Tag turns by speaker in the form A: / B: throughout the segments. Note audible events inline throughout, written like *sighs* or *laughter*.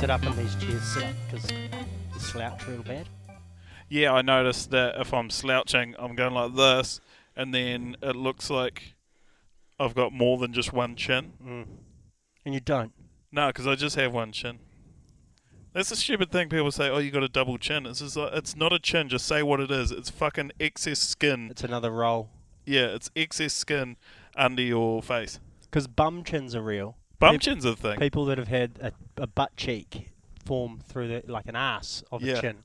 A: sit up in these chairs, sit up because you slouch real bad.
B: Yeah, I noticed that if I'm slouching, I'm going like this, and then it looks like I've got more than just one chin.
A: And you don't.
B: No, because I just have one chin. That's a stupid thing people say. Oh, you got a double chin. It's just like, it's not a chin. Just say what it is. It's fucking excess skin.
A: It's another roll.
B: Yeah, it's excess skin under your face.
A: Because bum chins are real.
B: Bum
A: Peop-
B: chin's a thing.
A: People that have had a, a butt cheek form through the, like an ass of
B: Yeah.
A: a chin.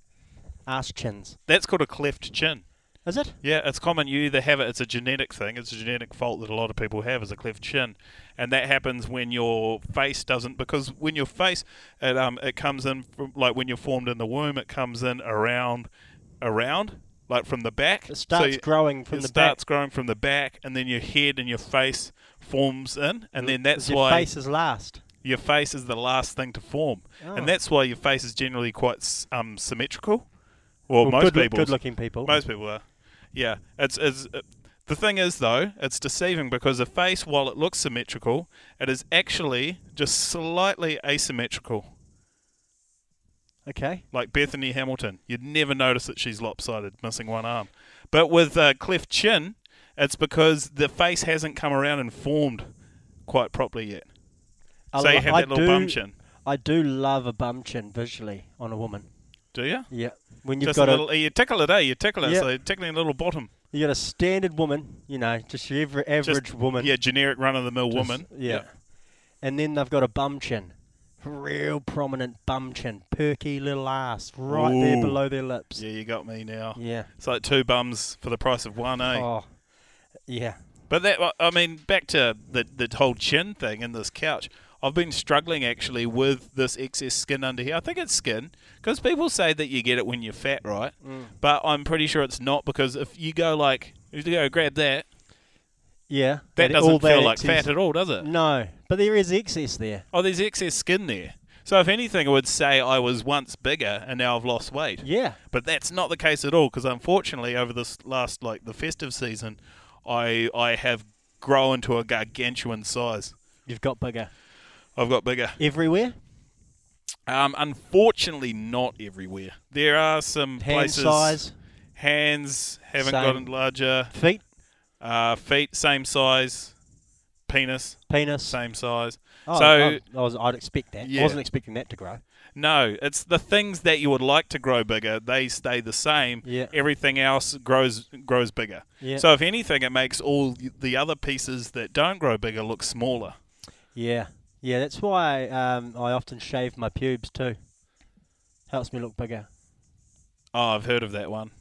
A: Ass chins.
B: That's called a cleft chin.
A: Is it?
B: Yeah, it's common. You either have it, it's a genetic thing, it's a genetic fault that a lot of people have, is a cleft chin. And that happens when your face doesn't, because when your face, it, um, it comes in, from, like when you're formed in the womb, it comes in around, around, like from the back.
A: It starts
B: you-
A: growing from
B: it
A: the back.
B: starts growing from the back, and then your head and your face forms in, and then that's
A: your
B: why
A: face is last.
B: your face is the last thing to form,
A: Oh.
B: and that's why your face is generally quite s- um, symmetrical. Well,
A: good,
B: most people,
A: good looking people.
B: most people are. Yeah, it's it's. uh the thing is, though, it's deceiving because a face, while it looks symmetrical, it is actually just slightly asymmetrical.
A: okay.
B: Like Bethany Hamilton, you'd never notice that she's lopsided, missing one arm. But with uh, cleft chin, it's because the face hasn't come around and formed quite properly yet.
A: I
B: so you
A: lo-
B: have
A: I
B: that little
A: do-
B: bum chin,
A: I do love a bum chin visually on a woman.
B: do you?
A: Yeah. When you've
B: just
A: got a,
B: a little, you tickle it, eh? You tickle it,
A: Yeah.
B: so you're tickling a little bottom.
A: you got a standard woman, you know, just your aver- average woman.
B: Yeah, generic run of the mill
A: just-
B: woman.
A: Yeah. And then they've got a bum chin. Real prominent bum chin. Perky little ass right there
B: Ooh.
A: below their lips.
B: Yeah, you got me now.
A: Yeah.
B: It's like two bums for the price of one, eh?
A: Oh. Yeah.
B: But that, I mean, back to the the whole chin thing in this couch. I've been struggling actually with this excess skin under here. I think it's skin because people say that you get it when you're fat, right? But I'm pretty sure it's not because if you go like, if you go grab that,
A: Yeah.
B: that
A: And
B: doesn't
A: all
B: feel like
A: excess-
B: fat at all, does it?
A: No. But there is excess there.
B: Oh, there's excess skin there. So if anything, I would say I was once bigger and now I've lost weight.
A: Yeah.
B: But that's not the case at all because unfortunately, over this last like the festive season, I I have grown to a gargantuan size.
A: You've got bigger.
B: I've got bigger.
A: Everywhere?
B: Um, unfortunately, not everywhere. There are some
A: Hand
B: places.
A: size?
B: Hands haven't
A: Same.
B: gotten larger.
A: Feet?
B: Uh, feet same size. Penis
A: Penis?
B: same size.
A: Oh,
B: so
A: I, I was, I'd expect that.
B: Yeah.
A: I wasn't expecting that to grow.
B: No, it's the things that you would like to grow bigger, they stay the same.
A: Yeah.
B: Everything else grows grows bigger.
A: Yeah.
B: So if anything it makes all the other pieces that don't grow bigger look smaller.
A: Yeah, yeah. That's why um, I often shave my pubes too. Helps me look bigger.
B: Oh, I've heard of that one.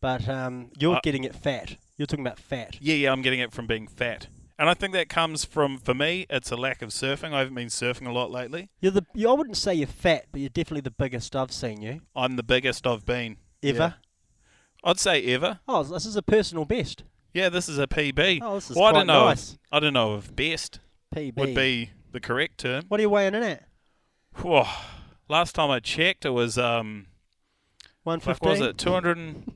A: But um, you're
B: Uh,
A: getting it fat. You're talking about fat.
B: Yeah, yeah, I'm getting it from being fat. And I think that comes from for me, it's a lack of surfing. I haven't been surfing a lot lately.
A: You're the. You, I wouldn't say you're fat, but you're definitely the biggest I've seen you
B: I'm the biggest I've been.
A: ever.
B: I'd say ever.
A: Oh, this is a personal best.
B: Yeah, this is a PB.
A: Oh, this is
B: Well, Mm. I
A: quite
B: don't know.
A: nice.
B: I don't know if best
A: PB.
B: would be the correct term.
A: What are you weighing in at?
B: Whoa. Last time I checked, it was um,
A: One
B: Fuck,
A: fifteen.
B: what was it? 200 and,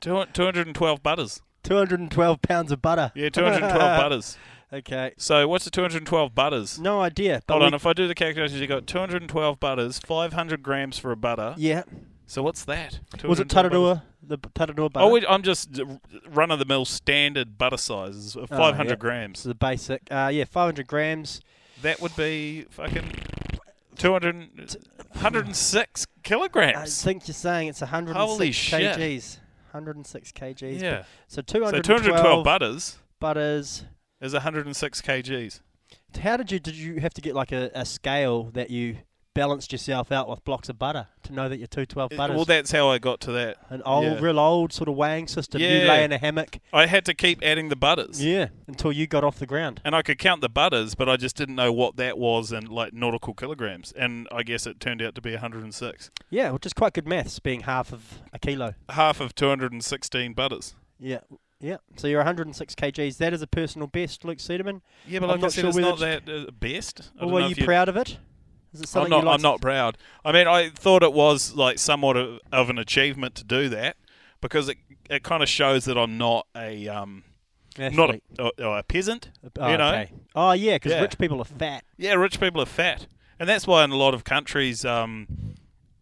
B: 200 212 butters.
A: Two hundred and twelve pounds of butter.
B: Yeah, 212
A: *laughs*
B: butters.
A: Okay.
B: So what's the 212 butters?
A: No idea. But
B: Hold
A: we-
B: on, if I do the calculations, you got 212 butters, 500 grams for a butter.
A: *laughs* yeah.
B: So what's that?
A: Was it
B: 212 butters?
A: Tararua? The b- Tararua butter.
B: Oh, we- I'm just run of the mill standard butter sizes of
A: Oh,
B: 500
A: yeah.
B: grams.
A: So the basic. Uh, yeah, five hundred grams.
B: That would be fucking 200, and- 106 kilograms.
A: I think you're saying it's 106
B: Holy shit.
A: kgs. 106 kgs.
B: yeah.
A: So
B: So
A: 212,
B: 212 butters
A: butters.
B: is 106 kgs.
A: How did you did you have to get like a, a scale that you balanced yourself out with blocks of butter to know that you're 212 butters?
B: Uh, Well, that's how I got to that.
A: An old,
B: yeah.
A: real old sort of weighing system. You
B: Yeah.
A: lay in a hammock.
B: I had to keep adding the butters.
A: Yeah. Until you got off the ground.
B: And I could count the butters, but I just didn't know what that was in like nautical kilograms. And I guess it turned out to be 106.
A: Yeah, which is quite good maths, being half of a kilo.
B: Half of 216 butters.
A: Yeah. Yeah. So you're 106 kgs. That is a personal best, Luke Sederman.
B: Yeah, but
A: I'm
B: like I
A: not
B: said,
A: sure
B: it's
A: whether
B: not that uh, best.
A: Well,
B: I don't know
A: were you
B: if you-
A: proud of it? Is it
B: I'm
A: something
B: not,
A: you like
B: I'm not proud. I mean, I thought it was like somewhat of, of an achievement to do that because it, it kind of shows that I'm not a um, not a, a, a peasant,
A: Oh,
B: you know.
A: okay. Oh yeah, because
B: Yeah.
A: rich people are fat.
B: Yeah, rich people are fat. and that's why in a lot of countries, um,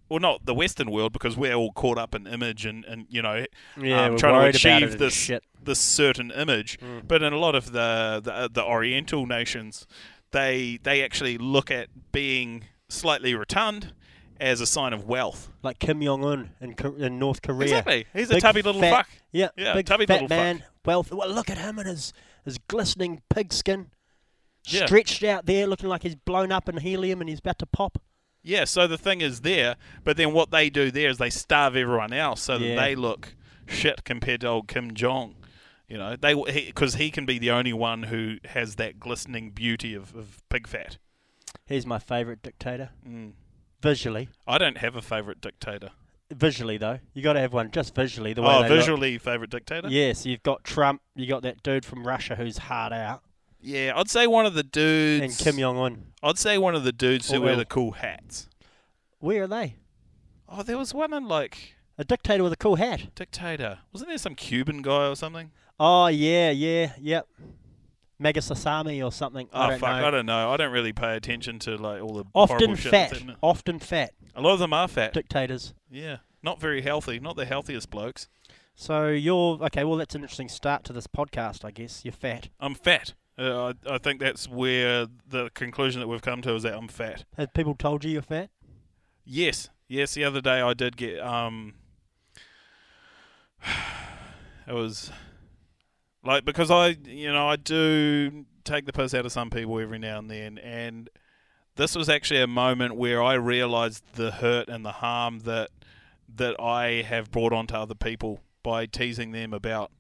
B: well, not the Western world because we're all caught up in image and, and you know,
A: Yeah,
B: um,
A: we're
B: trying to
A: worried about it
B: achieve
A: and
B: this
A: shit.
B: this certain image.
A: Mm.
B: But in a lot of the uh, the, the Oriental nations, they they actually look at being slightly rotund as a sign of wealth.
A: Like Kim Jong Un in, Ko- in North Korea.
B: Exactly, he's a
A: Big
B: tubby little
A: fat-
B: fuck.
A: Yeah,
B: Yeah,
A: big
B: tubby
A: fat
B: little fuck.
A: man. Wealth. Well, look at him and his his glistening pigskin,
B: Yeah.
A: stretched out there, looking like he's blown up in helium and he's about to pop.
B: Yeah, so the thing is there, but then what they do there is they starve everyone else so
A: Yeah.
B: that they look shit compared to old Kim Jong. You know, they because he, can be the only one who has that glistening beauty of, of pig fat.
A: He's my favourite dictator.
B: Mm.
A: Visually,
B: I don't have a favorite dictator.
A: visually though, you got to have one just visually. The way
B: Oh,
A: they look.
B: visually favorite dictator?
A: Yeah, so you've got Trump, you got that dude from Russia who's hard out,
B: Yeah, I'd say one of the dudes.
A: and Kim Jong Un.
B: I'd say one of the dudes who
A: Or
B: wear
A: Will.
B: the cool hats.
A: Where are they?
B: Oh, there was one in like
A: A dictator with a cool hat.
B: dictator. Wasn't there some Cuban guy or something?
A: Oh yeah, yeah, yep. Megasasami or something.
B: Oh
A: I don't
B: fuck,
A: know.
B: I don't know. I don't really pay attention to like all the
A: often
B: horrible shit that's
A: fat.
B: in it.
A: Often fat
B: A lot of them are fat.
A: dictators.
B: Yeah, not very healthy. Not the healthiest blokes.
A: So you're okay. Well, that's an interesting start to this podcast, I guess. You're fat.
B: I'm fat. Uh, I, I think that's where the conclusion that we've come to is that I'm fat.
A: Have people told you you're fat?
B: Yes, yes. The other day I did get um. *sighs* It was like because I you know I do take the piss out of some people every now and then, and this was actually a moment where I realised the hurt and the harm that that I have brought onto other people by teasing them about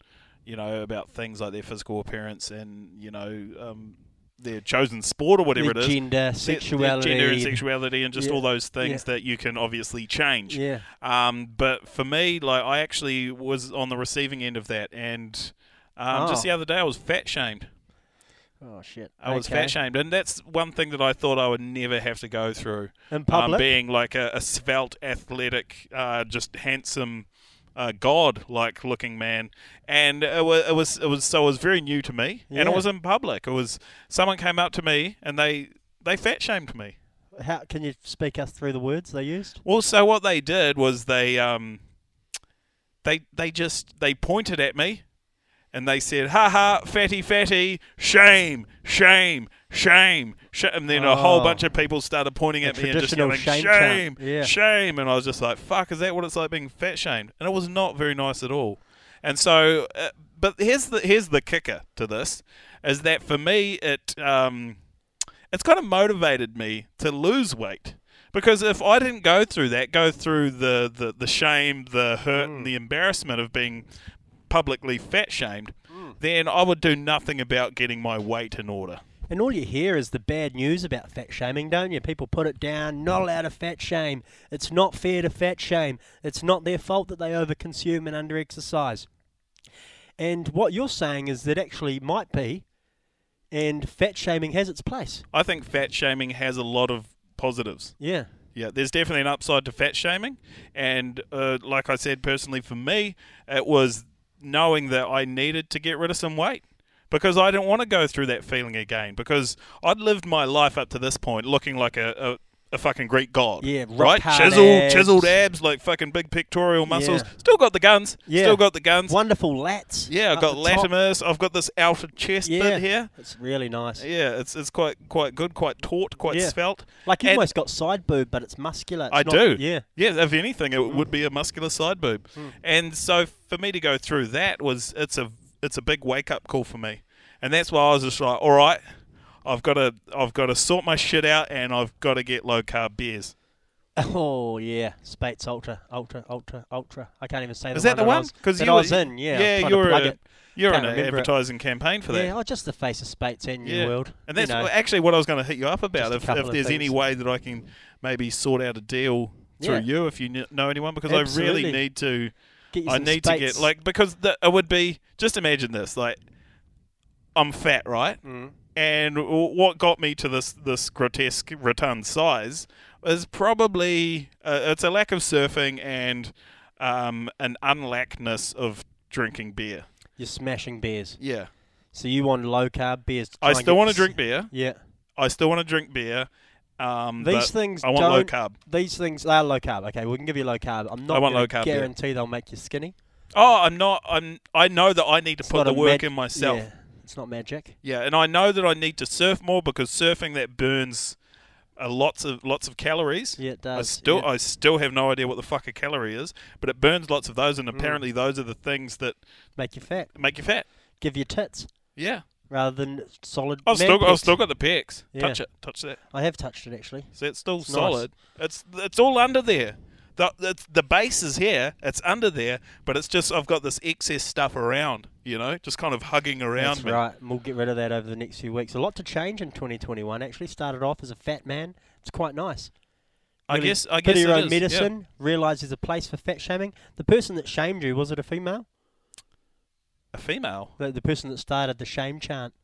B: you know about things like their physical appearance and you know um, their chosen sport or whatever
A: Their
B: it is
A: Gender,
B: the- the
A: sexuality.
B: gender and sexuality, and just
A: Yeah.
B: all those things that you can obviously change.
A: Yeah.
B: Um, but for me, like I actually was on the receiving end of that, and um,
A: Oh.
B: just the other day I was fat shamed.
A: Oh shit.
B: I was
A: Okay.
B: fat shamed, and that's one thing that I thought I would never have to go through.
A: In
B: Um,
A: public.
B: being like a, a svelte, athletic, uh, just handsome, uh, god-like looking man, and it was, it was it was so it was very new to me, and
A: Yeah.
B: it was in public. It was someone came up to me and they they fat shamed me.
A: How can you speak us through the words they used?
B: Well, so what they did was they um, they they just they pointed at me, and they said, "Ha ha, fatty, fatty, shame, shame, shame," sh-. and then a whole
A: Oh.
B: bunch of people started pointing
A: The
B: at me and just
A: traditional
B: yelling,
A: shame
B: "Shame,
A: chant,
B: shame,
A: yeah.
B: and I was just like, "Fuck, is that what it's like being fat shamed?" And it was not very nice at all. And so, uh, but here's the here's the kicker to this, is that for me it um, it's kind of motivated me to lose weight because if I didn't go through that, go through the the, the shame, the hurt,
A: Mm.
B: and the embarrassment of being publicly fat shamed,
A: Mm.
B: then I would do nothing about getting my weight in order.
A: And all you hear is the bad news about fat shaming, don't you? People put it down, not allowed to fat shame. It's not fair to fat shame. It's not their fault that they overconsume and underexercise. And what you're saying is that actually might be, and fat shaming has its place.
B: I think fat shaming has a lot of positives.
A: Yeah.
B: Yeah, there's definitely an upside to fat shaming, and uh, like I said, personally for me, it was knowing that I needed to get rid of some weight because I didn't want to go through that feeling again because I'd lived my life up to this point looking like a. a a fucking Greek god,
A: Yeah,
B: right?
A: rock-hard
B: Chiseled,
A: abs.
B: chiseled abs, like fucking big pectoral muscles.
A: Yeah.
B: Still got the guns.
A: Yeah.
B: Still got the guns.
A: Wonderful lats.
B: Yeah, I've
A: up
B: got
A: the top.
B: latimus. I've got this outer chest
A: Yeah.
B: bit here.
A: It's really nice.
B: Yeah, it's it's quite quite good, quite taut, quite
A: Yeah.
B: svelte.
A: Like you
B: And-
A: almost got side boob, but it's muscular. It's
B: I
A: not-
B: do.
A: Yeah. *laughs*
B: Yeah, if anything, it would be a muscular side boob.
A: Hmm.
B: And so for me to go through that was it's a it's a big wake up call for me. And that's why I was just like, all right, I've got to I've got to sort my shit out, and I've got to get low carb beers.
A: Oh yeah, Spates Ultra, Ultra, Ultra, Ultra. I can't even say
B: Is
A: the
B: that the
A: I
B: one?
A: was- that I
B: were-
A: was in. Yeah. I was
B: yeah,
A: trying
B: you're
A: to plug
B: a,
A: it.
B: you're
A: Can't
B: in an
A: remember it.
B: advertising campaign for that.
A: Yeah, oh, just the face of Spates and
B: Yeah.
A: New World.
B: And that's
A: you know.
B: wh- actually what I was going to hit you up
A: Just
B: about.
A: a
B: If,
A: couple
B: if
A: of
B: there's any
A: things.
B: way that I can maybe sort out a deal through
A: Yeah.
B: you, if you kn- know anyone, because I
A: Absolutely.
B: really need to.
A: Get you
B: I
A: some
B: need to get
A: Spates.
B: like because the, it would be just imagine this like I'm fat, right?
A: Mm.
B: And w- what got me to this this grotesque rotund size is probably uh, it's a lack of surfing and um, an unlackness of drinking beer.
A: you're smashing beers.
B: Yeah,
A: So you want low carb beers? To
B: I
A: try and
B: still
A: get
B: want to
A: s-
B: drink beer.
A: Yeah.
B: I still want to drink beer, Um,
A: These
B: but
A: things
B: I want
A: don't,
B: low carb.
A: These things they are low carb. Okay, we can give you low carb. I'm not
B: I want
A: gonna
B: low carb, yeah.
A: guarantee they'll make you skinny.
B: Oh, I'm not. I'm. I know that I need to
A: It's
B: put
A: not
B: the
A: a
B: work
A: mag-
B: in myself.
A: Yeah, it's not magic.
B: Yeah, and I know that I need to surf more because surfing that burns uh, lots of lots of calories.
A: Yeah, it
B: I
A: does.
B: still
A: yeah.
B: I still have no idea what the fuck a calorie is, but it burns lots of those,
A: Mm.
B: and apparently those are the things that
A: make you fat.
B: make you fat.
A: Give you tits
B: Yeah,
A: rather than solid.
B: I've
A: man
B: still got, I've
A: pecs.
B: still got the pecs.
A: Yeah.
B: Touch it, touch that.
A: I have touched it actually.
B: So it's still
A: It's nice.
B: solid. It's it's all under there. The it's, the base is here. It's under there, but it's just I've got this excess stuff around. You know, just kind of hugging around
A: That's
B: me.
A: right. And we'll get rid of that over the next few weeks. A lot to change in 2021. Actually, started off as a fat man. It's quite nice.
B: I
A: Really
B: guess I
A: Bit
B: guess
A: of your
B: it
A: own
B: is, yeah.
A: medicine. Realise there's a place for fat shaming. The person that shamed you was it a female?
B: A female.
A: The, the person that started the shame chant.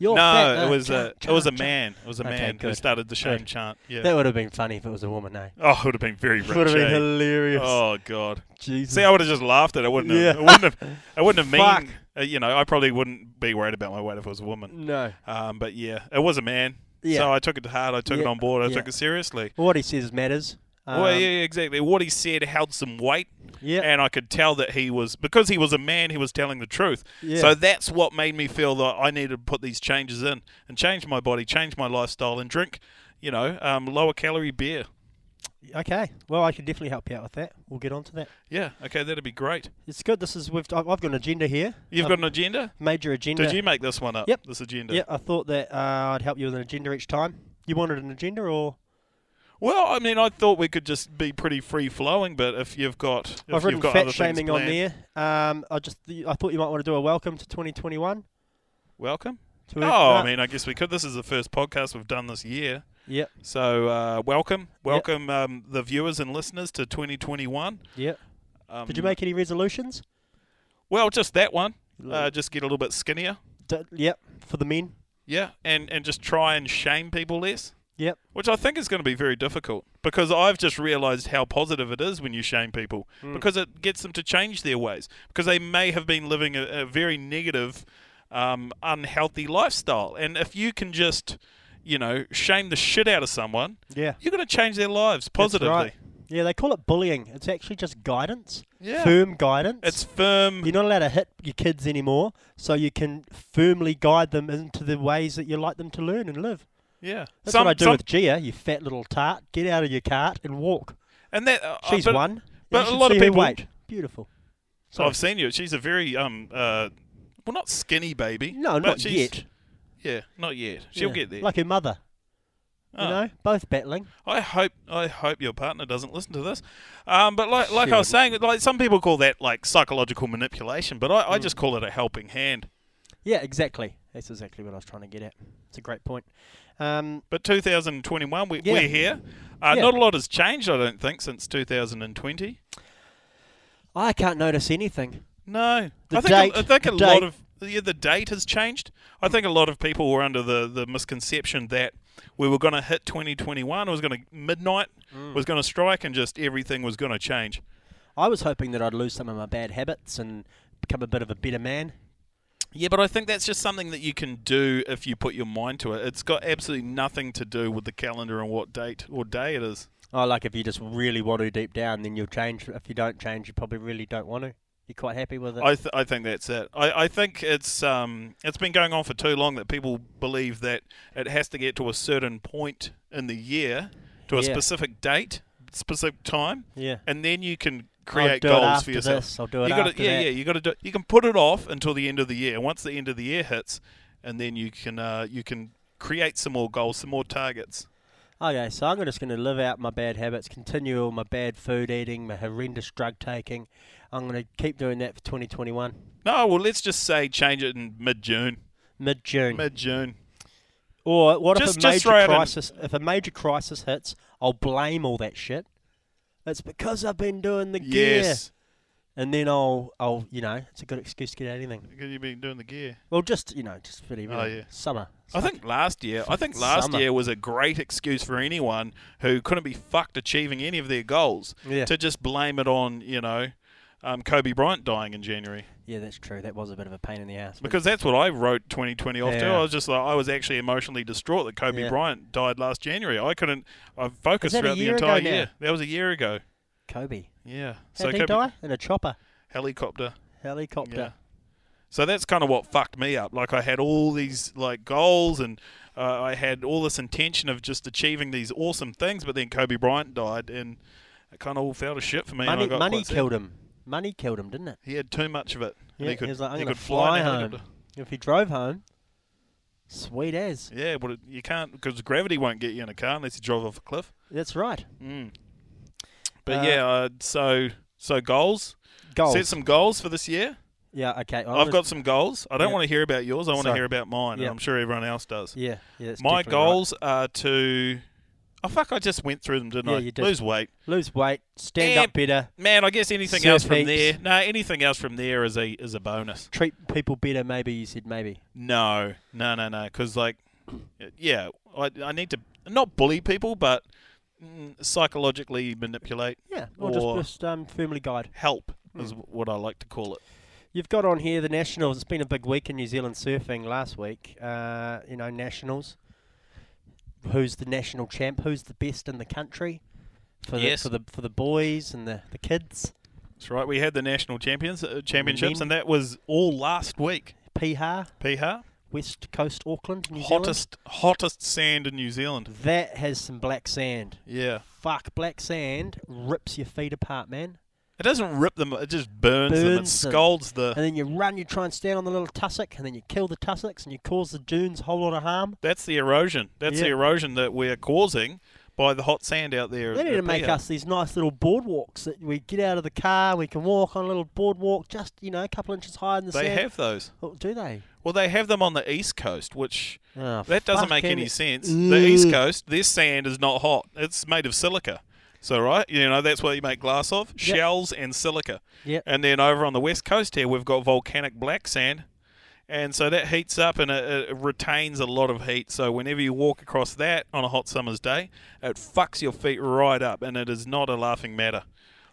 A: You're
B: no,
A: fat. uh,
B: it was a
A: chant,
B: it was a
A: chant, chant.
B: man. It was a
A: Okay,
B: man who
A: good.
B: started the shame
A: Good.
B: chant. Yeah.
A: That would have been funny if it was a woman, eh?
B: oh, it would have been very rich.
A: Would have been
B: eh?
A: hilarious.
B: Oh
A: *laughs*
B: god.
A: Jesus.
B: See, I would have just laughed at it. I Wouldn't have.
A: Yeah.
B: I wouldn't
A: *laughs*
B: have. I wouldn't have
A: Fuck.
B: mean. Uh, you know, I probably wouldn't be worried about my weight if it was a woman.
A: no.
B: Um, but yeah, it was a man.
A: Mm. Yeah.
B: So I took it to heart. I took it
A: Yeah,
B: on board. I
A: yeah.
B: took it seriously.
A: What he says matters. Um,
B: well, yeah, exactly. What he said held some weight,
A: yeah.
B: and I could tell that he was because he was a man. He was telling the truth.
A: Yeah.
B: So that's what made me feel that I needed to put these changes in and change my body, change my lifestyle, and drink, you know, um, lower calorie beer.
A: Okay. Well, I can definitely help you out with that. We'll get on to that.
B: Yeah. Okay, that'd be great.
A: It's good. This is we've I've I've got an agenda here.
B: You've
A: I've-
B: got an agenda.
A: major Um, agenda.
B: Did you make this one up?
A: Yep.
B: This agenda.
A: Yeah, I thought that uh, I'd help you with an agenda each time. You wanted an agenda, or
B: Well, I mean, I thought we could just be pretty free flowing, but if you've got, if
A: I've
B: you've
A: written
B: got other
A: fat
B: things
A: shaming on
B: planned-
A: there. Um, I just I thought you might want to do a welcome to 2021.
B: Welcome.
A: To
B: Oh,
A: it.
B: I
A: Uh,
B: mean, I guess we could. This is the first podcast we've done this year.
A: Yep,
B: So, uh, welcome, welcome um, the viewers and listeners to 2021.
A: yep.
B: Um,
A: Did you make any resolutions?
B: Well, just that one.
A: Lo-
B: Uh, just get a little bit skinnier.
A: D- yep, for the men.
B: Yeah, and and just try and shame people less,
A: Yep.
B: which I think is going to be very difficult because I've just realized how positive it is when you shame people
A: Hmm.
B: because it gets them to change their ways because they may have been living a, a very negative, um, unhealthy lifestyle, and if you can just, you know, shame the shit out of someone,
A: Yeah.
B: you're going to change their lives
A: that's
B: positively.
A: right. Yeah, they call it bullying. It's actually just guidance.
B: Yeah.
A: Firm guidance.
B: It's firm.
A: You're not allowed to hit your kids anymore, so you can firmly guide them into the ways that you like them to learn and live.
B: yeah,
A: That's
B: Some-
A: what I do
B: some-
A: with Gia, you fat little tart. Get out of your cart and walk.
B: and that uh,
A: She's
B: but-
A: one.
B: but
A: You
B: a
A: should
B: lot of
A: see her
B: people-
A: weight. Beautiful.
B: So
A: Sorry.
B: I've seen you. She's a very um uh, well, not skinny baby.
A: no,
B: but
A: not
B: she's-
A: yet.
B: Yeah, not yet. She'll
A: Yeah.
B: get there.
A: Like her mother.
B: Oh.
A: You know, both battling.
B: I hope I hope your partner doesn't listen to this. Um, but like like
A: She
B: I was
A: would.
B: saying, like some people call that like psychological manipulation, but I,
A: Mm.
B: I just call it a helping hand.
A: Yeah, exactly. That's exactly what I was trying to get at. It's a great point. Um,
B: But 2021, we,
A: Yeah.
B: we're here. Uh,
A: Yeah.
B: Not a lot has changed, I don't think, since 2020.
A: I can't notice anything.
B: No,
A: The
B: I think a-
A: date-
B: I think a
A: the
B: lot
A: date.
B: of yeah, the date has changed. I think a lot of people were under the, the misconception that we were going to hit 2021. It was going to midnight was going to strike, and just everything was going to change.
A: I was hoping that I'd lose some of my bad habits and become a bit of a better man.
B: Yeah, but I think that's just something that you can do if you put your mind to it. It's got absolutely nothing to do with the calendar and what date or day it is.
A: Oh, like if you just really want to deep down, then you'll change. If you don't change, you probably really don't want to. You're quite happy with it.
B: I, th- I think that's it. I, I think it's um it's been going on for too long that people believe that it has to get to a certain point in the year, to a
A: Yeah.
B: specific date, specific time,
A: yeah.
B: and then you can create
A: do it
B: goals
A: after
B: for yourself.
A: this, I'll do it
B: you gotta,
A: after
B: yeah,
A: that.
B: yeah. You got to do. You can put it off until the end of the year. Once the end of the year hits, and then you can uh, you can create some more goals, some more targets.
A: Okay, so I'm just going to live out my bad habits, continue all my bad food eating, my horrendous drug taking. I'm going to keep doing that for 2021,
B: No, well, let's just say change it in mid June.
A: mid June.
B: Mid June.
A: Or what
B: Just-
A: if a
B: just throw
A: major
B: it in.
A: crisis? If a major crisis hits, I'll blame all that shit. It's because I've been doing the gear,
B: Yes.
A: and then I'll, I'll, you know, it's a good excuse to get out of anything.
B: Because you've been doing the gear.
A: Well, just you know, just pretty
B: Oh,
A: really
B: yeah.
A: summer.
B: I think last year,
A: *laughs*
B: I think last
A: Summer.
B: year was a great excuse for anyone who couldn't be fucked achieving any of their goals
A: Yeah.
B: to just blame it on, you know, um, Kobe Bryant dying in January
A: Yeah, that's true. That was a bit of a pain in the ass. but-
B: because that's what I wrote 2020 off to.
A: Yeah.
B: I was just like I was actually emotionally distraught that Kobe
A: Yeah.
B: Bryant died last January. I couldn't. I focused
A: that a
B: throughout the
A: year ago
B: entire
A: now?
B: year. That was a year ago.
A: Kobe.
B: Yeah.
A: How did he die? In a chopper.
B: helicopter.
A: Helicopter.
B: Yeah. So that's kind of what fucked me up. Like I had all these like goals and uh, I had all this intention of just achieving these awesome things, but then Kobe Bryant died and it kind of all fell to shit for me. and I
A: Money,
B: got
A: money
B: quite sad.
A: killed him. Money killed him, didn't it?
B: He had too much of it. and
A: Yeah,
B: he could,
A: he was like, I'm
B: he
A: gonna
B: could fly, in a
A: fly home.
B: helicopter.
A: If he drove home, sweet as.
B: Yeah, but it, you can't because gravity won't get you in a car unless you drive off a cliff.
A: That's right.
B: Mm. But
A: Uh,
B: yeah, uh, so so goals.
A: Goals.
B: Set some goals for this year.
A: yeah, okay. I'm
B: I've
A: gonna-
B: got some goals. I don't
A: Yeah.
B: want to hear about yours. I want to
A: Sorry.
B: hear about mine,
A: Yeah.
B: and I'm sure everyone else does.
A: Yeah, yeah. that's
B: My
A: definitely right.
B: goals are to. Oh fuck! I just went through them, didn't
A: Yeah,
B: I?
A: you did.
B: Lose weight,
A: Lose weight, stand
B: And-
A: up better,
B: man. I guess anything
A: Surf
B: else from
A: heaps.
B: there. No, anything else from there is a is a bonus.
A: treat people better. Maybe you said maybe.
B: No, no, no, no. Because like, yeah, I I need to not bully people, but mm, psychologically manipulate,
A: Yeah, or, just,
B: Or-
A: just um, firmly guide.
B: help
A: Hmm.
B: is what I like to call it.
A: You've got on here the nationals. It's been a big week in New Zealand surfing last week. Uh, you know nationals. Who's the national champ? Who's the best in the country? For the
B: Yes.
A: for the for the boys and the, the kids.
B: That's right. We had the national champions uh, championships, and that was all last week.
A: Piha,
B: Piha,
A: West Coast, Auckland, New
B: hottest hottest sand in New Zealand.
A: Zealand. That has some black sand.
B: Yeah,
A: Fuck, black sand rips your feet apart, man.
B: it doesn't rip them; it just burns, them. It
A: Burns them.
B: scalds the.
A: And then you run, you try and stand on the little tussock, and then you kill the tussocks, and you cause the dunes a whole lot of harm.
B: That's the erosion. That's the
A: Yeah.
B: erosion that we're causing by the hot sand out there.
A: They
B: at
A: need to
B: the
A: make
B: pier.
A: us these nice little boardwalks that we get out of the car, we can walk on a little boardwalk, just you know, a couple inches higher in the
B: They
A: sand.
B: have those.
A: Oh, do they?
B: Well, they have them on the east coast, which
A: Oh,
B: that doesn't make
A: fucking-
B: any sense. The east
A: Ugh.
B: coast, their sand is not hot. It's made of silica. So right, you know that's what you make glass of shells and silica.
A: Yep.
B: And then over on the west coast here, we've got volcanic black sand. And so that heats up and it, it retains a lot of heat. So whenever you walk across that on a hot summer's day, it fucks your feet right up, and it is not a laughing matter.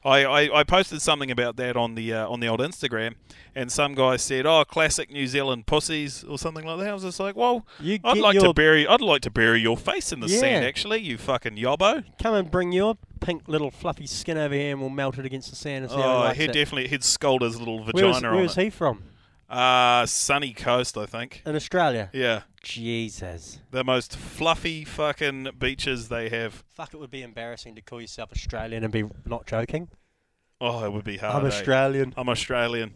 B: I, I, I posted something about that on the uh, on the old Instagram, and some guy said, "Oh, classic New Zealand pussies" or something like that. I was just like, "Well,
A: You
B: I'd
A: get
B: like to
A: your-
B: bury I'd like to bury your face in the
A: Yeah.
B: sand, actually, you fucking yobbo."
A: Come and bring your pink little fluffy skin over here, and we'll melt it against the sand. And see how
B: Oh,
A: likes
B: he'd
A: it.
B: definitely he'd scold his little vagina
A: Where was,
B: on
A: where was
B: it.
A: he from?
B: Uh, sunny coast, I think.
A: In Australia.
B: Yeah.
A: Jesus.
B: The most fluffy fucking beaches they have.
A: Fuck, it would be embarrassing to call yourself Australian and be not joking.
B: Oh, it would be hard.
A: I'm
B: eh?
A: Australian.
B: I'm Australian.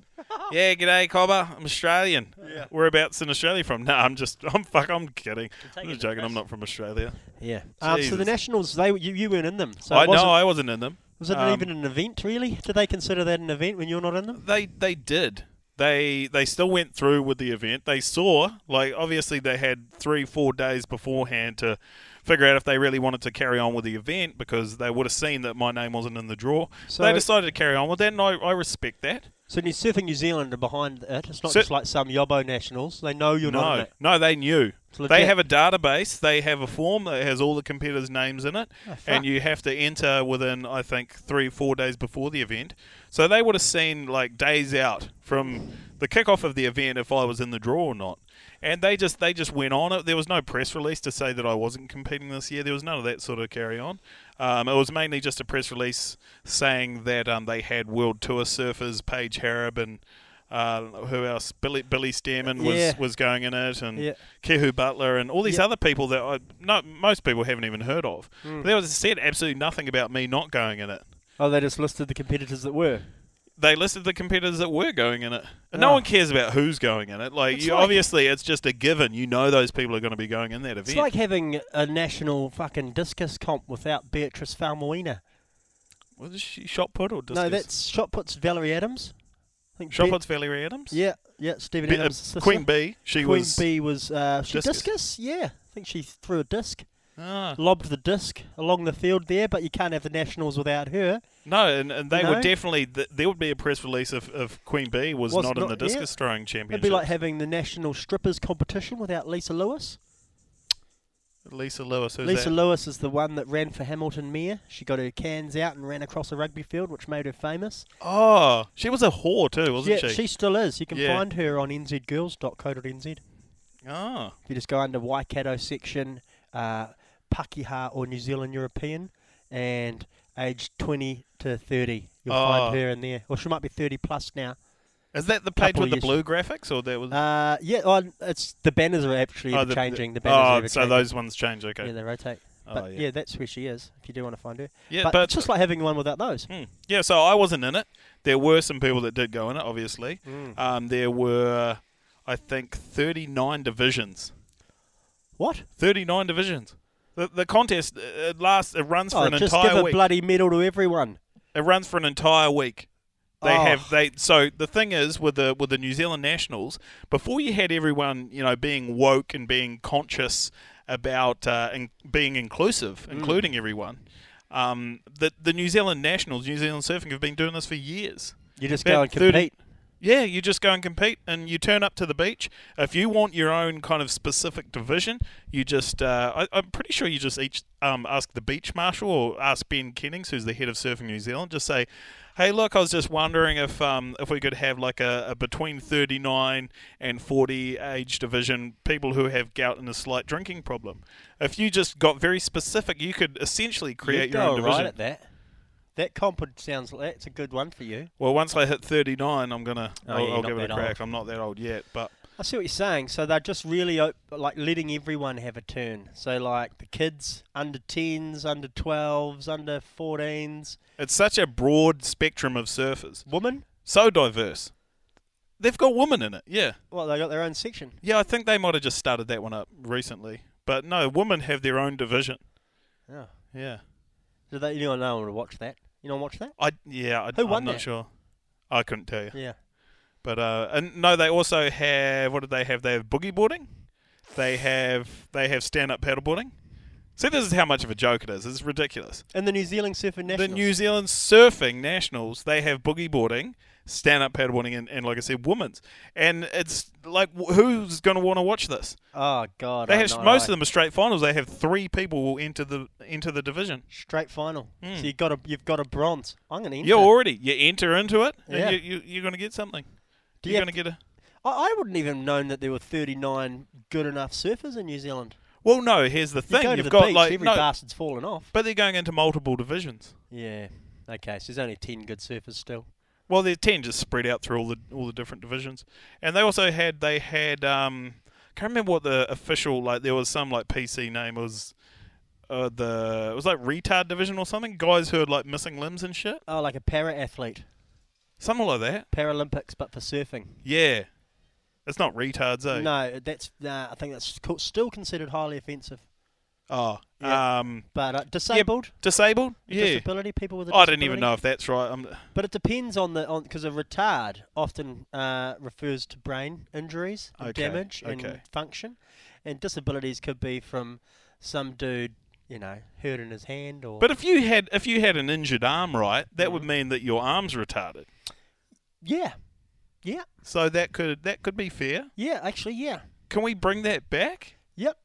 B: yeah, g'day, Cobber. I'm Australian.
A: Yeah.
B: Whereabouts in Australia from? *laughs* No, I'm just, I'm fuck, I'm kidding.
A: take
B: I'm
A: it
B: just
A: to
B: joking. I'm
A: press.
B: not from Australia.
A: Yeah. Um, so the
B: Jesus.
A: Nationals, they you, you weren't in them. So
B: I
A: it wasn't-
B: know I wasn't in them.
A: Was it
B: Um,
A: even an event, really? Do they consider that an event when you're not in them?
B: They they did. They they still went through with the event. They saw like obviously they had three four days beforehand to figure out if they really wanted to carry on with the event because they would have seen that my name wasn't in the draw. So they
A: So-
B: decided to carry on with that, and I, I respect that.
A: So New Surfing New Zealand are behind it. It's not
B: So-
A: just like some Yobbo Nationals. They know you're not in
B: No,
A: it.
B: no, they knew.
A: It's
B: They
A: legit.
B: have a database. They have a form that has all the competitors' names in it,
A: Oh,
B: and
A: fuck.
B: you have to enter within I think three, four days before the event. So they would have seen like days out from the kickoff of the event if I was in the draw or not. And they just they just went on it. There was no press release to say that I wasn't competing this year. There was none of that sort of carry on. Um, it was mainly just a press release saying that um, they had world tour surfers Paige Harab and. Uh, who else? Billy Billy Stearman was,
A: Yeah.
B: was going in it, and
A: Yeah.
B: Kehu Butler and all these
A: Yeah.
B: other people that I no most people haven't even heard of.
A: Hmm.
B: But there was said absolutely nothing about me not going in it.
A: Oh, they just listed the competitors that were.
B: They listed the competitors that were going in it. And no
A: Oh.
B: one cares about who's going in it. Like,
A: It's
B: you,
A: like-
B: obviously, it's just a given. You know those people are going to be going in that event.
A: It's like having a national fucking discus comp without Beatrice Falmoina.
B: was she shot put or discus?
A: No, that's shot puts Valerie Adams. I think
B: shot
A: Be-
B: put's Valerie Adams.
A: Yeah, yeah, Stephen
B: Be- uh,
A: Adams' sister.
B: Queen Bee. She
A: Queen
B: was.
A: Bee was uh, she
B: Discus.
A: discus. Yeah, I think she threw a disc,
B: Ah.
A: lobbed the disc along the field there. But you can't have the Nationals without her.
B: No, and, and they
A: You
B: were
A: know?
B: definitely. Th- there would be a press release if, if Queen Bee was,
A: Was
B: not, in
A: not-
B: the
A: yeah.
B: discus throwing
A: It'd
B: championship.
A: be like having the national strippers competition without Lisa Lewis.
B: Lisa Lewis. Who's
A: Lisa
B: that?
A: Lewis is the one that ran for Hamilton Mayor. She got her cans out and ran across a rugby field, which made her famous.
B: oh, she was a whore too, wasn't
A: yeah,
B: she?
A: still is. You can
B: Yeah.
A: find her on nzgirls.co.nz. If
B: Oh,
A: you just go under Waikato section, uh, Pakeha or New Zealand European, and age 20 to 30, you'll
B: Oh.
A: find her in there. Well, she might be 30 plus now.
B: is that the page
A: Couple
B: with the
A: years-
B: blue graphics, or that was?
A: Uh, yeah, oh, it's the banners are actually
B: oh,
A: ever
B: the-
A: changing. The banners are
B: oh,
A: ever
B: so
A: changing.
B: those ones change. Okay.
A: Yeah, they rotate.
B: Oh,
A: but
B: yeah.
A: yeah. that's where she is. If you do want to find her,
B: Yeah,
A: but,
B: but-
A: it's just like having one without those.
B: Hmm. Yeah, so I wasn't in it. There were some people that did go in it, obviously. Um, there were, I think, 39 divisions.
A: What?
B: 39 divisions. The, the contest uh, it lasts. It runs for
A: Oh,
B: an
A: just
B: entire
A: give a
B: week.
A: bloody medal to everyone.
B: it runs for an entire week. They
A: Oh.
B: have they. So the thing is with the with the New Zealand nationals, before you had everyone you know being woke and being conscious about uh, and being inclusive, including everyone. Um, the the New Zealand nationals, New Zealand surfing, have been doing this for years.
A: You just
B: About
A: go and
B: 30
A: compete.
B: Yeah, you just go and compete, and you turn up to the beach. If you want your own kind of specific division, you just uh, I, I'm pretty sure you just each um, ask the beach marshal or ask Ben Kennings, who's the head of Surfing New Zealand. Just say, "Hey, look, I was just wondering if um, if we could have like a, a between 39 and 40 age division people who have gout and a slight drinking problem. If you just got very specific, you could essentially create
A: You'd go
B: your own
A: all
B: division.
A: right at that. That comp would- sounds like that's a good one for you.
B: Well, once I hit 39, I'm gonna
A: Oh,
B: I'll,
A: yeah, you're
B: I'll
A: not
B: give it a
A: that
B: crack. I'm not that old yet, but.
A: I see what you're saying. So they're just really op- like letting everyone have a turn. So like the kids under tens, under twelves, under fourteens,
B: It's such a broad spectrum of surfers,
A: women.
B: so diverse. They've got women in it, yeah.
A: Well, they got their own section.
B: Yeah, I think they might have just started that one up recently. But no, women have their own division.
A: Yeah.
B: Yeah.
A: Do they? You know, no one would watch that. You don't watch that.
B: I yeah, I,
A: Who won
B: I'm not
A: that?
B: sure. I couldn't tell you.
A: Yeah.
B: But uh and no, they also have what do they have? They have boogie boarding. They have they have stand up paddleboarding. See, this is how much of a joke it is. It's ridiculous.
A: And the New Zealand Surfer Nationals.
B: The New Zealand Surfing Nationals, they have boogie boarding, stand up paddleboarding, and, and like I said, women's. And it's like, wh- who's going to want to watch this?
A: Oh God.
B: They
A: I
B: have
A: know, I-
B: most of them are straight finals. They have three people will enter the into the division.
A: straight final.
B: Mm.
A: So you got a you've got a bronze. I'm gonna.
B: You're
A: enter.
B: already you enter into it,
A: Yeah.
B: and you, you, you're going to get something.
A: Do
B: you're
A: you
B: going
A: have
B: to get a
A: I, I wouldn't even have known that there were 39 good enough surfers in New Zealand.
B: well. No, here's the
A: You
B: thing.
A: go to
B: You've
A: the
B: got
A: beach,
B: like
A: every
B: no,
A: bastard's fallen off.
B: but they're going into multiple divisions.
A: Yeah. Okay, so there's only 10 good surfers still.
B: Well, their ten just spread out through all the all the different divisions, and they also had they had um can't remember what the official like there was some like PC name it was uh, the it was like retard division or something guys who had like missing limbs and shit
A: Oh, like a para athlete.
B: something like that
A: Paralympics, but for surfing.
B: yeah it's not retards eh
A: No, that's nah, I think that's co- still considered highly offensive.
B: oh
A: Yeah.
B: um
A: But uh, disabled,
B: disabled yeah
A: disability, people with a
B: I
A: disability.
B: didn't even know if that's right I'm,
A: But it depends on the on because a retard often uh, refers to brain injuries, and
B: Okay,
A: damage, and
B: okay.
A: function, and disabilities could be from some dude, you know, hurting his hand or.
B: but if you had if you had an injured arm right that would
A: Mm-hmm.
B: mean that your arm's retarded
A: yeah, yeah,
B: so that could that could be fair
A: yeah. Actually, yeah,
B: can we bring that back
A: yep,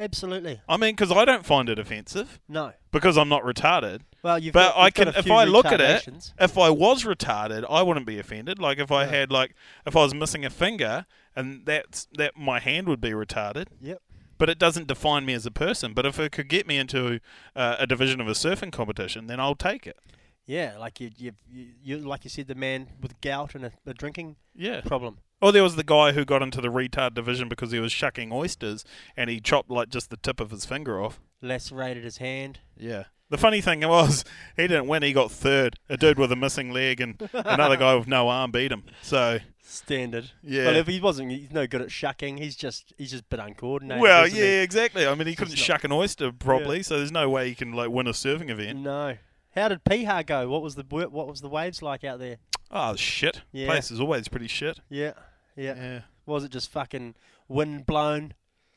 A: absolutely.
B: I mean, because I don't find it offensive
A: No,
B: because I'm not retarded.
A: well, you've.
B: But
A: got,
B: I
A: you've got
B: can,
A: a
B: if
A: few
B: I look at it,
A: retardations.
B: if I was retarded, I wouldn't be offended. Like if I
A: Yeah.
B: had, like, if I was missing a finger, and that's that, my hand would be retarded.
A: Yep.
B: But it doesn't define me as a person. But if it could get me into uh, a division of a surfing competition, then I'll take it.
A: Yeah, like you, you, you, you, like you said, the man with gout and a, a drinking
B: Yeah.
A: problem.
B: Or there was the guy who got into the retard division because he was shucking oysters and he chopped like just the tip of his finger off.
A: Lacerated his hand.
B: Yeah. The funny thing was, he didn't win. He got third. A dude with a missing leg and *laughs* another guy with no arm beat him. So,
A: Standard.
B: Yeah.
A: Well, if he wasn't, he's no good at shucking. He's just he's just a bit uncoordinated.
B: well,
A: isn't
B: yeah, exactly. I mean, he couldn't
A: not-
B: shuck an oyster properly, so there's no way he can like win a surfing
A: He?
B: event.
A: No. How did Piha go? What was the wo- what was the waves like out there?
B: Oh shit!
A: Yeah.
B: Place is always pretty shit.
A: Yeah. Yeah.
B: Yeah.
A: Was it just fucking wind blown,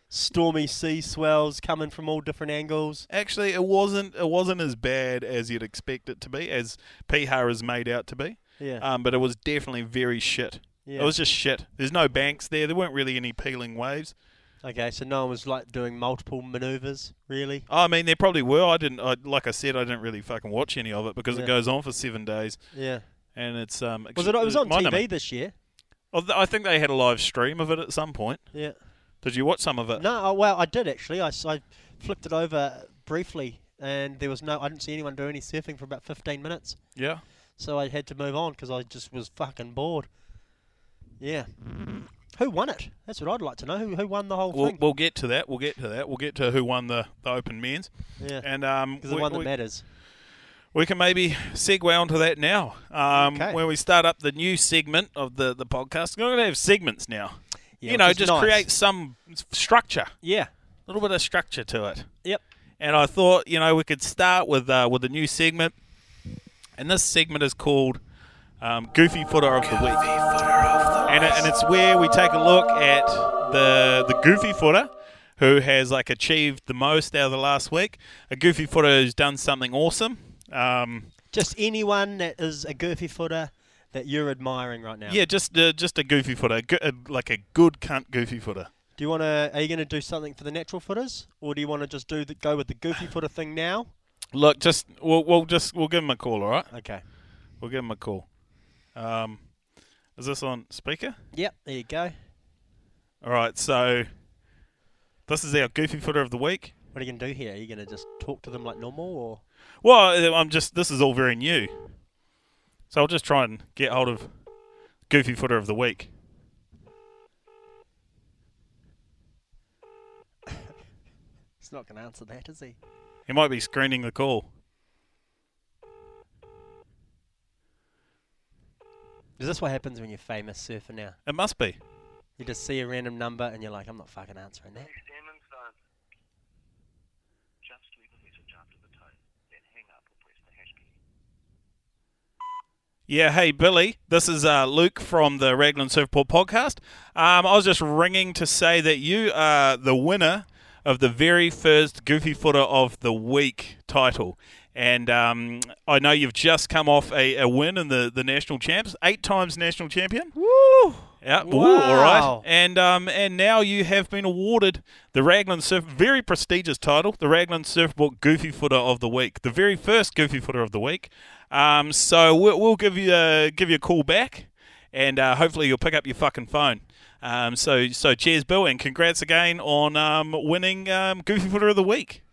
A: stormy sea swells coming from all different angles?
B: Actually, it wasn't. It wasn't as bad as you'd expect it to be, as Pihar is made out to be.
A: Yeah.
B: Um, but it was definitely very shit.
A: yeah.
B: It was just shit. There's no banks there. There weren't really any peeling waves.
A: Okay, so no one was like doing multiple maneuvers, really.
B: Oh, I mean, there probably were. I didn't. I, like I said, I didn't really fucking watch any of it because
A: Yeah.
B: it goes on for seven days,
A: Yeah.
B: and it's um.
A: Was it? It was on
B: my
A: TV
B: number-
A: this year.
B: Oh, th- I think they had a live stream of it at some point.
A: Yeah.
B: Did you watch some of it?
A: No, oh, well, I did actually. I, s- I flipped it over briefly, and there was no. I didn't see anyone do any surfing for about 15 minutes,
B: Yeah.
A: so I had to move on because I just was fucking bored. Yeah. Who won it? That's what I'd like to know. Who who won the whole
B: We'll,
A: thing?
B: we'll get to that. We'll get to that. We'll get to who won the, the
A: *laughs*
B: Open Men's.
A: yeah.
B: And um,
A: Because the
B: we-
A: one that
B: we-
A: matters.
B: We can maybe segue onto that now. Um,
A: Okay.
B: When we start up the new segment of the, the podcast, we're going to have segments now.
A: Yeah,
B: you know,
A: which is
B: just
A: nice.
B: create some s- structure,
A: Yeah.
B: a little bit of structure to it.
A: Yep.
B: And I thought, you know, we could start with uh, with a new segment. And this segment is called um, Goofy Footer of the Week. and, it, and it's where we take a look at the the goofy footer who has like achieved the most out of the last week. A goofy footer who's done something awesome. Um,
A: Just anyone that is a goofy footer that you're admiring right now.
B: Yeah, just uh, just a goofy footer, a go- a, like a good cunt goofy footer.
A: Do you want to? Are you going to do something for the natural footers, or do you want to just do the, go with the goofy footer thing now?
B: Look, just we'll, we'll just we'll give him a call, all right?
A: Okay.
B: We'll give him a call. Um, is this on speaker?
A: Yep. There you go.
B: All right, so this is our goofy footer of the week.
A: What are you going to do here? Are you going to just talk to them like normal, or
B: Well, I'm just this is all very new, so I'll just try and get hold of goofy footer of the week.
A: he's not going to answer that, is he?
B: He might be screening the call.
A: Is this what happens when you're famous surfer now?
B: It must be.
A: You just see a random number and you're like, I'm not fucking answering that.
C: Damon's on. Just leave a message after the tone, then hang up or press the hash key.
B: Yeah, hey Billy, this is uh, Luke from the Raglan Surfport podcast. Um, I was just ringing to say that you are the winner of the very first Goofy Footer of the Week title, and um, I know you've just come off a, a win in the, the national champs, eight times national champion.
A: Woo!
B: Yeah, ooh, all right.
A: Wow.
B: And um, and now you have been awarded the Raglan Surf, very prestigious title, the Raglan Surfboard Goofy Footer of the Week, the very first Goofy Footer of the Week. Um, so we'll, we'll give you a, give you a call back, and uh, hopefully you'll pick up your fucking phone. Um, so so cheers, Bill, and congrats again on um, winning um, Goofy Footer of the Week.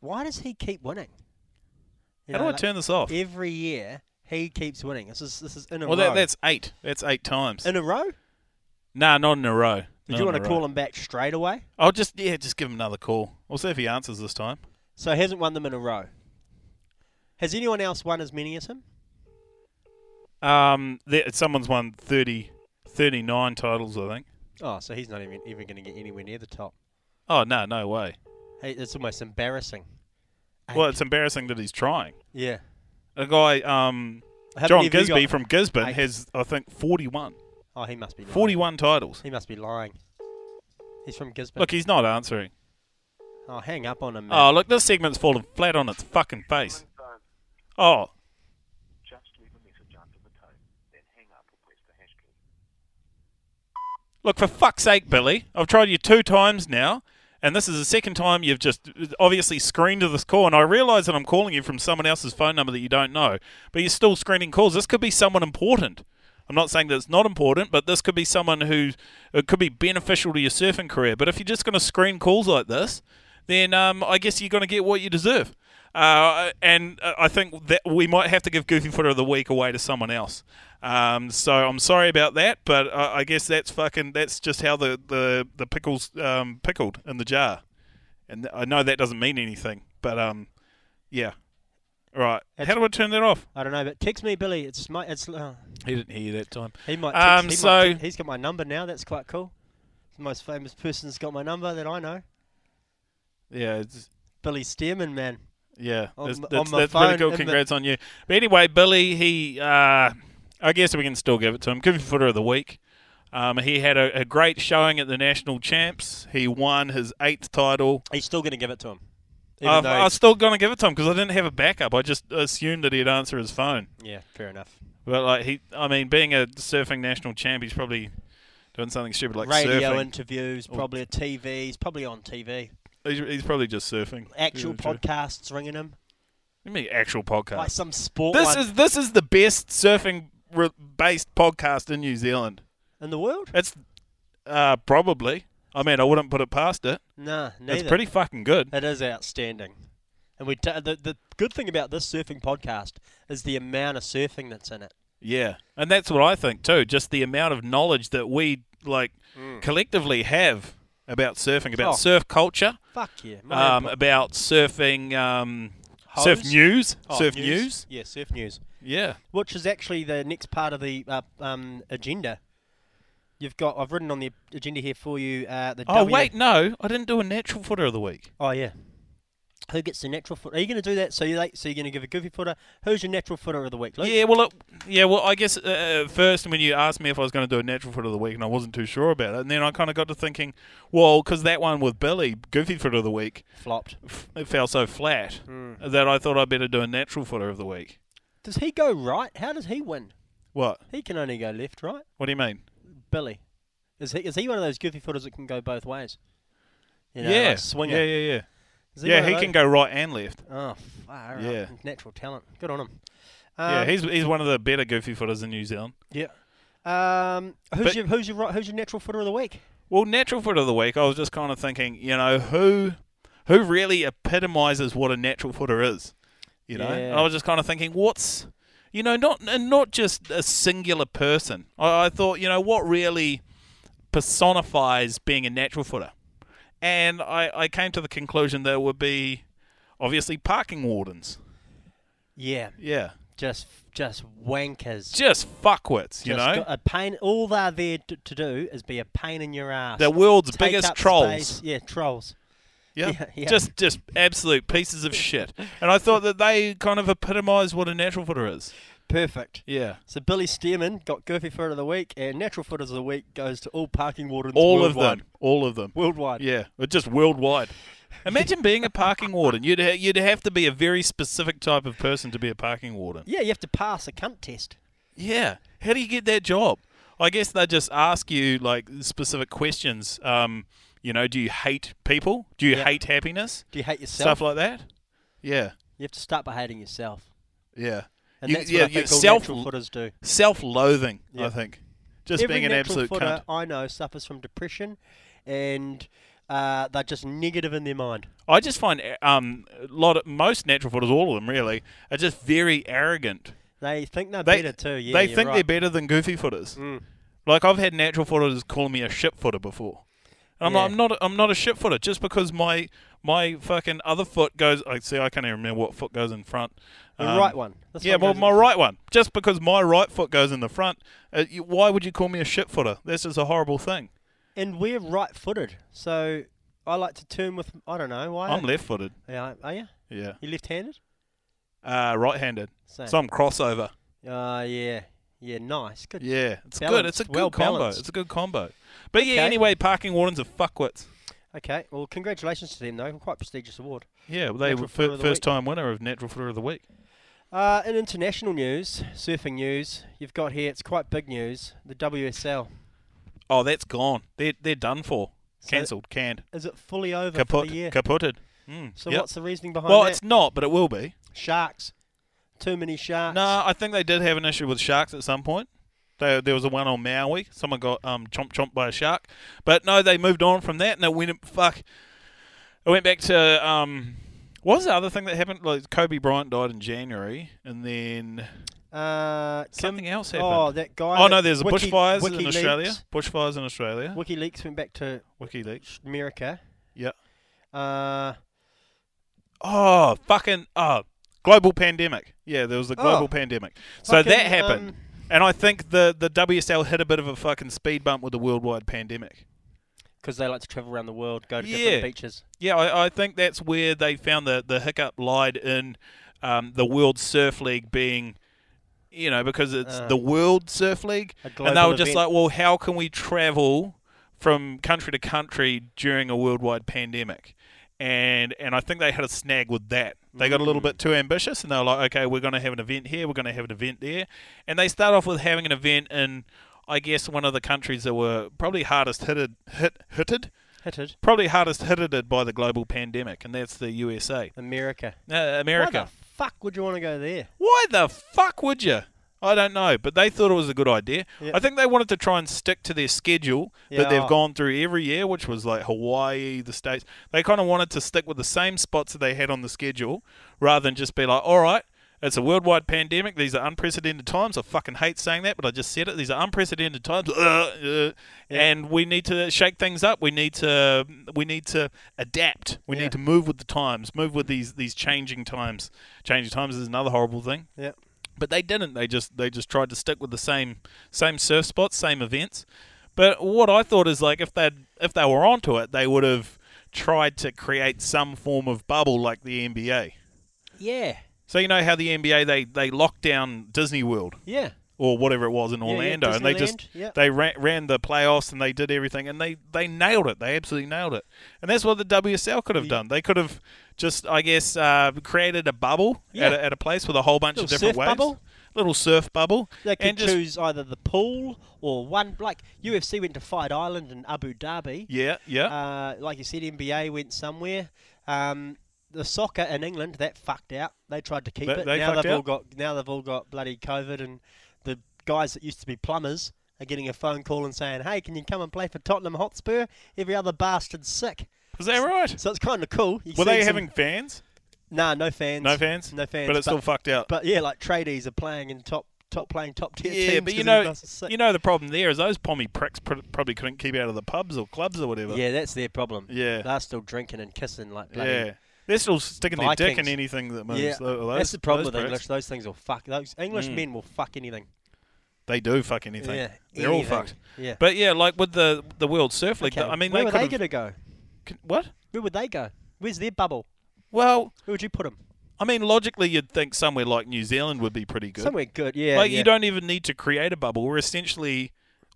A: Why does he keep winning? You
B: How do
A: know,
B: I
A: like,
B: turn this off?
A: Every year he keeps winning. This is this is in a
B: Well,
A: row.
B: that, that's eight. That's eight times.
A: in a row.
B: nah, not in a row.
A: Did you want to call him back straight away?
B: I'll just yeah, just give him another call. We'll see if he answers this time.
A: So he hasn't won them in a row. Has anyone else won as many as him?
B: Um, there, someone's won 30, 39 titles, I think.
A: Oh, so he's not even even going to get anywhere near the top.
B: Oh no, no way.
A: Hey, it's almost embarrassing.
B: Well,
A: Eight.
B: it's embarrassing that he's trying.
A: yeah.
B: A guy, um,
A: How
B: John
A: many have you
B: Gisby
A: got?
B: from Gisborne
A: Eight.
B: has, I think, 41.
A: Oh, he must be lying.
B: 41 titles.
A: He must be lying. He's from Gisborne.
B: Look, he's not answering.
A: oh, hang up on him. Man.
B: Oh, look, this segment's fallen flat on its fucking face. Oh,
C: Just leave a message after the tone, then hang up or press the hash key.
B: look, for fuck's sake, Billy. I've tried you two times now, and this is the second time you've just obviously screened to this call, and I realise that I'm calling you from someone else's phone number that you don't know, but you're still screening calls. This could be someone important. I'm not saying that it's not important, but this could be someone who it could be beneficial to your surfing career. But if you're just going to screen calls like this, then um, I guess you're going to get what you deserve. Uh, and uh, I think that we might have to give Goofy Footer of the Week away to someone else. Um, so I'm sorry about that, but I, I guess that's fucking that's just how the the the pickles um, pickled in the jar. And I know that doesn't mean anything, but um, yeah. All right. How do I turn that off?
A: I don't know, but text me, Billy. It's my. It's uh,
B: He didn't hear you that time.
A: he might. Text,
B: Um,
A: he might
B: so-
A: te- he's got my number now. That's quite cool. The most famous person's got my number that I know.
B: Yeah. It's,
A: Billy Stearman, man.
B: Yeah,
A: on
B: that's,
A: m-
B: that's,
A: on my
B: that's pretty
A: phone
B: cool.
A: in the-
B: Congrats on you. But anyway, Billy, he, uh, I guess we can still give it to him. Give him footer of the week. Um, he had a, a great showing at the national champs. He won his eighth title.
A: He's still going to give it to him. Even
B: I,
A: though
B: I was still going to give it to him because I didn't have a backup. I just assumed that he'd answer his phone.
A: yeah, fair enough.
B: But like he, I mean, being a surfing national champ, he's probably doing something stupid like
A: Radio
B: surfing. Oh.
A: interviews, probably a TV. He's probably on TV.
B: he's, he's probably just surfing.
A: Actual
B: Yeah, true.
A: podcasts ringing him.
B: You mean actual podcast?
A: Like some sport
B: this
A: one
B: is this is the best surfing re- based podcast in New Zealand.
A: in the world?
B: It's uh, probably. I mean, I wouldn't put it past it.
A: Nah, neither.
B: It's pretty fucking good.
A: It is outstanding. And we ta the, the good thing about this surfing podcast is the amount of surfing that's in it.
B: Yeah, and that's what I think too. Just the amount of knowledge that we like collectively have about surfing, about
A: Oh.
B: surf culture,
A: Fuck yeah. My
B: um,
A: input.
B: about surfing, um,
A: Hose?
B: surf news,
A: Oh,
B: surf news.
A: Yeah, surf news.
B: Yeah,
A: Which is actually the next part of the uh, um, agenda. You've got, I've written on the agenda here for you uh, the
B: Oh
A: W-
B: wait, no, I didn't do a natural footer of the week.
A: Oh yeah. Who gets the natural footer? Are you going to do that? So you like? So you're going to give a goofy footer? Who's your natural footer of the week? Luke?
B: Yeah, well, it, yeah, well, I guess uh, first when you asked me if I was going to do a natural footer of the week, and I wasn't too sure about it, and then I kind of got to thinking, well, because that one with Billy, goofy footer of the week,
A: Flopped.
B: f- it fell so flat that I thought I'd better do a natural footer of the week.
A: Does he go right? How does he win?
B: What?
A: He can only go left, right?
B: What do you mean?
A: Billy, is he is he one of those goofy footers that can go both ways? You know,
B: yeah,
A: like swinger.
B: yeah, yeah, yeah.
A: Is
B: yeah,
A: one
B: he
A: of
B: can
A: those?
B: go right and left.
A: Oh, far out.
B: Yeah.
A: natural talent. Good on him.
B: yeah,
A: Um,
B: he's he's one of the better goofy footers in New Zealand.
A: yeah. Um, who's
B: But-
A: your who's your ri- who's your natural footer of the week?
B: Well, natural footer of the week, I was just kind of thinking, you know, who who really epitomizes what a natural footer is, you know? And I
A: Yeah.
B: was just kind of thinking, what's, you know, not and not just a singular person. I, I thought, you know, what really personifies being a natural footer, and I, I came to the conclusion that it would be obviously parking wardens.
A: Yeah,
B: Yeah,
A: just just wankers.
B: just fuckwits, you
A: Just uh,
B: know.
A: got a pain. All they're there to, to do is be a pain in your ass.
B: the world's
A: Take
B: biggest
A: up
B: trolls.
A: space. Yeah, trolls.
B: Yeah.
A: Yeah, yeah.
B: Just just absolute pieces of shit. And I thought that they kind of epitomise what a natural footer is.
A: Perfect.
B: Yeah.
A: So Billy Stearman got Goofy Foot of the Week, and Natural Footers of the Week goes to all parking wardens
B: All of
A: worldwide.
B: them. All of them.
A: Worldwide.
B: Yeah. But just worldwide. Imagine being a parking warden. You'd ha- you'd have to be a very specific type of person to be a parking warden.
A: Yeah, you have to pass a cunt test.
B: Yeah. How do you get that job? I guess they just ask you like specific questions. Um, you know, do you hate people? Do you
A: Yeah.
B: hate happiness?
A: Do you hate yourself?
B: Stuff like that. Yeah.
A: you have to start by hating yourself.
B: Yeah.
A: And
B: You-
A: that's what
B: yeah,
A: I
B: you-
A: think all
B: self-
A: natural footers do.
B: Self-loathing, I
A: Yeah.
B: think. Just
A: Every
B: being an
A: natural
B: absolute
A: footer
B: cunt.
A: I know suffers from depression, and uh, they're just negative in their mind.
B: I just find um, a lot of, most natural footers, all of them really, are just very arrogant.
A: They think they're
B: They,
A: better too. Oh, Yeah,
B: they
A: you're
B: think
A: right.
B: they're better than goofy footers.
A: Mm.
B: Like I've had natural footers call me a shit footer before. And I'm,
A: Yeah.
B: like, I'm not. I'm not a shit footer just because my my fucking other foot goes. I see. I can't even remember what foot goes in front.
A: The
B: Um,
A: right one. This
B: Yeah,
A: one
B: well,
A: goes
B: my
A: in-
B: right one. Just because my right foot goes in the front, uh, you, why would you call me a shit footer? This is a horrible thing.
A: And we're right-footed, so I like to turn with. I don't know why.
B: I'm left-footed.
A: Yeah, are you?
B: Yeah.
A: You left-handed?
B: Uh, right-handed.
A: Same.
B: Some crossover.
A: Uh, yeah, yeah, nice, good.
B: Yeah, it's good. It's a
A: Balanced,
B: good
A: well
B: combo.
A: balanced.
B: It's a good combo. But yeah,
A: Okay.
B: anyway, parking wardens are fuckwits.
A: Okay, well, congratulations to them though. Quite prestigious award.
B: Yeah, well, they
A: Natural
B: were
A: Footer
B: fir-
A: of the
B: first
A: Week.
B: time winner of Natural Footer of the Week.
A: Uh, in international news, surfing news, you've got here. It's quite big news. The WSL
B: Oh, that's gone. They're they're done for.
A: So-
B: Cancelled, canned,
A: is it fully over for
B: kaput,
A: the year?
B: kaputted. Mm,
A: so
B: yep.
A: what's the reasoning behind
B: well,
A: that?
B: it's not, but it will be.
A: sharks. Too many sharks.
B: No, I think they did have an issue with sharks at some point. They, there was a one on Maui. Someone got um, chomp chomped by a shark. But no, they moved on from that and it went fuck. It went back to um, what was the other thing that happened? Like Kobe Bryant died in January, and then
A: Uh, Kim-
B: Something else happened.
A: Oh, that guy.
B: Oh
A: that
B: no, there's a
A: Wiki-
B: bushfires in
A: WikiLeaks-
B: Australia. Bushfires in Australia.
A: WikiLeaks went back to
B: WikiLeaks.
A: America.
B: Yeah.
A: Uh,
B: Oh fucking oh global pandemic. Yeah, there was the global
A: Oh.
B: pandemic. So that
A: Fucking,
B: happened.
A: um,
B: and I think the, the WSL hit a bit of a fucking speed bump with the worldwide pandemic.
A: because they like to travel around the world, go to
B: Yeah.
A: different beaches.
B: Yeah, I, I think that's where they found the, the hiccup lied in um, the World Surf League being, you know, because it's
A: Uh,
B: the World Surf League.
A: a
B: And they were
A: global
B: just
A: event.
B: like, well, how can we travel from country to country during a worldwide pandemic? And and I think they had a snag with that. They got a little
A: Mm.
B: bit too ambitious, and they were like, okay, we're going to have an event here, we're going to have an event there. And they start off with having an event in I guess one of the countries that were probably hardest hitted, hit, hitted,
A: Hitted.
B: probably hardest hitted by the global pandemic, and that's the USA,
A: America.
B: uh, America.
A: Why the fuck would you want to go there?
B: Why the fuck would you? I don't know, but they thought it was a good idea.
A: Yeah.
B: I think they wanted to try and stick to their schedule
A: Yeah.
B: that they've gone through every year, which was like Hawaii, the States. They kind of wanted to stick with the same spots that they had on the schedule rather than just be like, all right, it's a worldwide pandemic. These are unprecedented times. I fucking hate saying that, but I just said it. These are unprecedented times. Ugh, ugh. And we need to shake things up. We need to we need to adapt. We
A: Yeah.
B: need to move with the times, move with these these changing times. Changing times is another horrible thing
A: Yeah.
B: but they didn't. They just they just tried to stick with the same same surf spots, same events. But what I thought is like if they if they were onto it, they would have tried to create some form of bubble like the NBA.
A: Yeah.
B: So you know how the NBA they they locked down Disney World
A: Yeah.
B: or whatever it was in
A: yeah,
B: Orlando, and they
A: Disneyland,
B: just
A: yeah.
B: they ran, ran the playoffs and they did everything, and they they nailed it. They absolutely nailed it, and that's what the WSL could have done. They could have just, I guess, uh, created a bubble
A: Yeah.
B: at, a, at a place with a whole bunch of
A: Little
B: different
A: surf
B: waves,
A: bubble.
B: little surf bubble,
A: They could
B: and just
A: choose either the pool or one. Like UFC went to Fight Island and Abu Dhabi.
B: yeah, yeah,
A: Uh, like you said, NBA went somewhere. Um, the soccer in England that fucked out. They tried to keep
B: They-
A: it.
B: they
A: now
B: fucked
A: they've all
B: out?
A: got now they've all got bloody COVID, and the guys that used to be plumbers are getting a phone call and saying, "Hey, can you come and play for Tottenham Hotspur?" Every other bastard's sick.
B: is that right?
A: So it's kind of cool. You
B: Were
A: see
B: they
A: some-
B: having fans?
A: Nah, no fans.
B: No fans.
A: No fans.
B: But it's still fucked out.
A: But yeah, like tradies are playing in top top playing top tier teams.
B: yeah, but you
A: 'cause
B: know,
A: everyone else is sick.
B: you know the problem there is those pommy pricks pr- probably couldn't keep out of the pubs or clubs or whatever.
A: Yeah, that's their problem.
B: Yeah.
A: they're still drinking and kissing like bloody.
B: yeah. They're still sticking their dick in
A: Vikings.
B: anything that moves.
A: Yeah,
B: tho-
A: that's
B: those-
A: the problem
B: those
A: with
B: pricks.
A: English. Those things will fuck. Those English
B: Mm.
A: men will fuck anything.
B: They do fuck anything.
A: Yeah,
B: They're all
A: anything.
B: fucked.
A: Yeah.
B: But yeah, like with the the World Surf League,
A: Okay,
B: I mean,
A: where
B: they
A: were
B: could
A: they
B: have,
A: going to go?
B: c- what?
A: Where would they go? Where's their bubble?
B: Well,
A: Where would you put them?
B: I mean, logically, you'd think somewhere like New Zealand would be pretty good.
A: Somewhere good. Yeah.
B: like
A: yeah.
B: you don't even need to create a bubble. We're essentially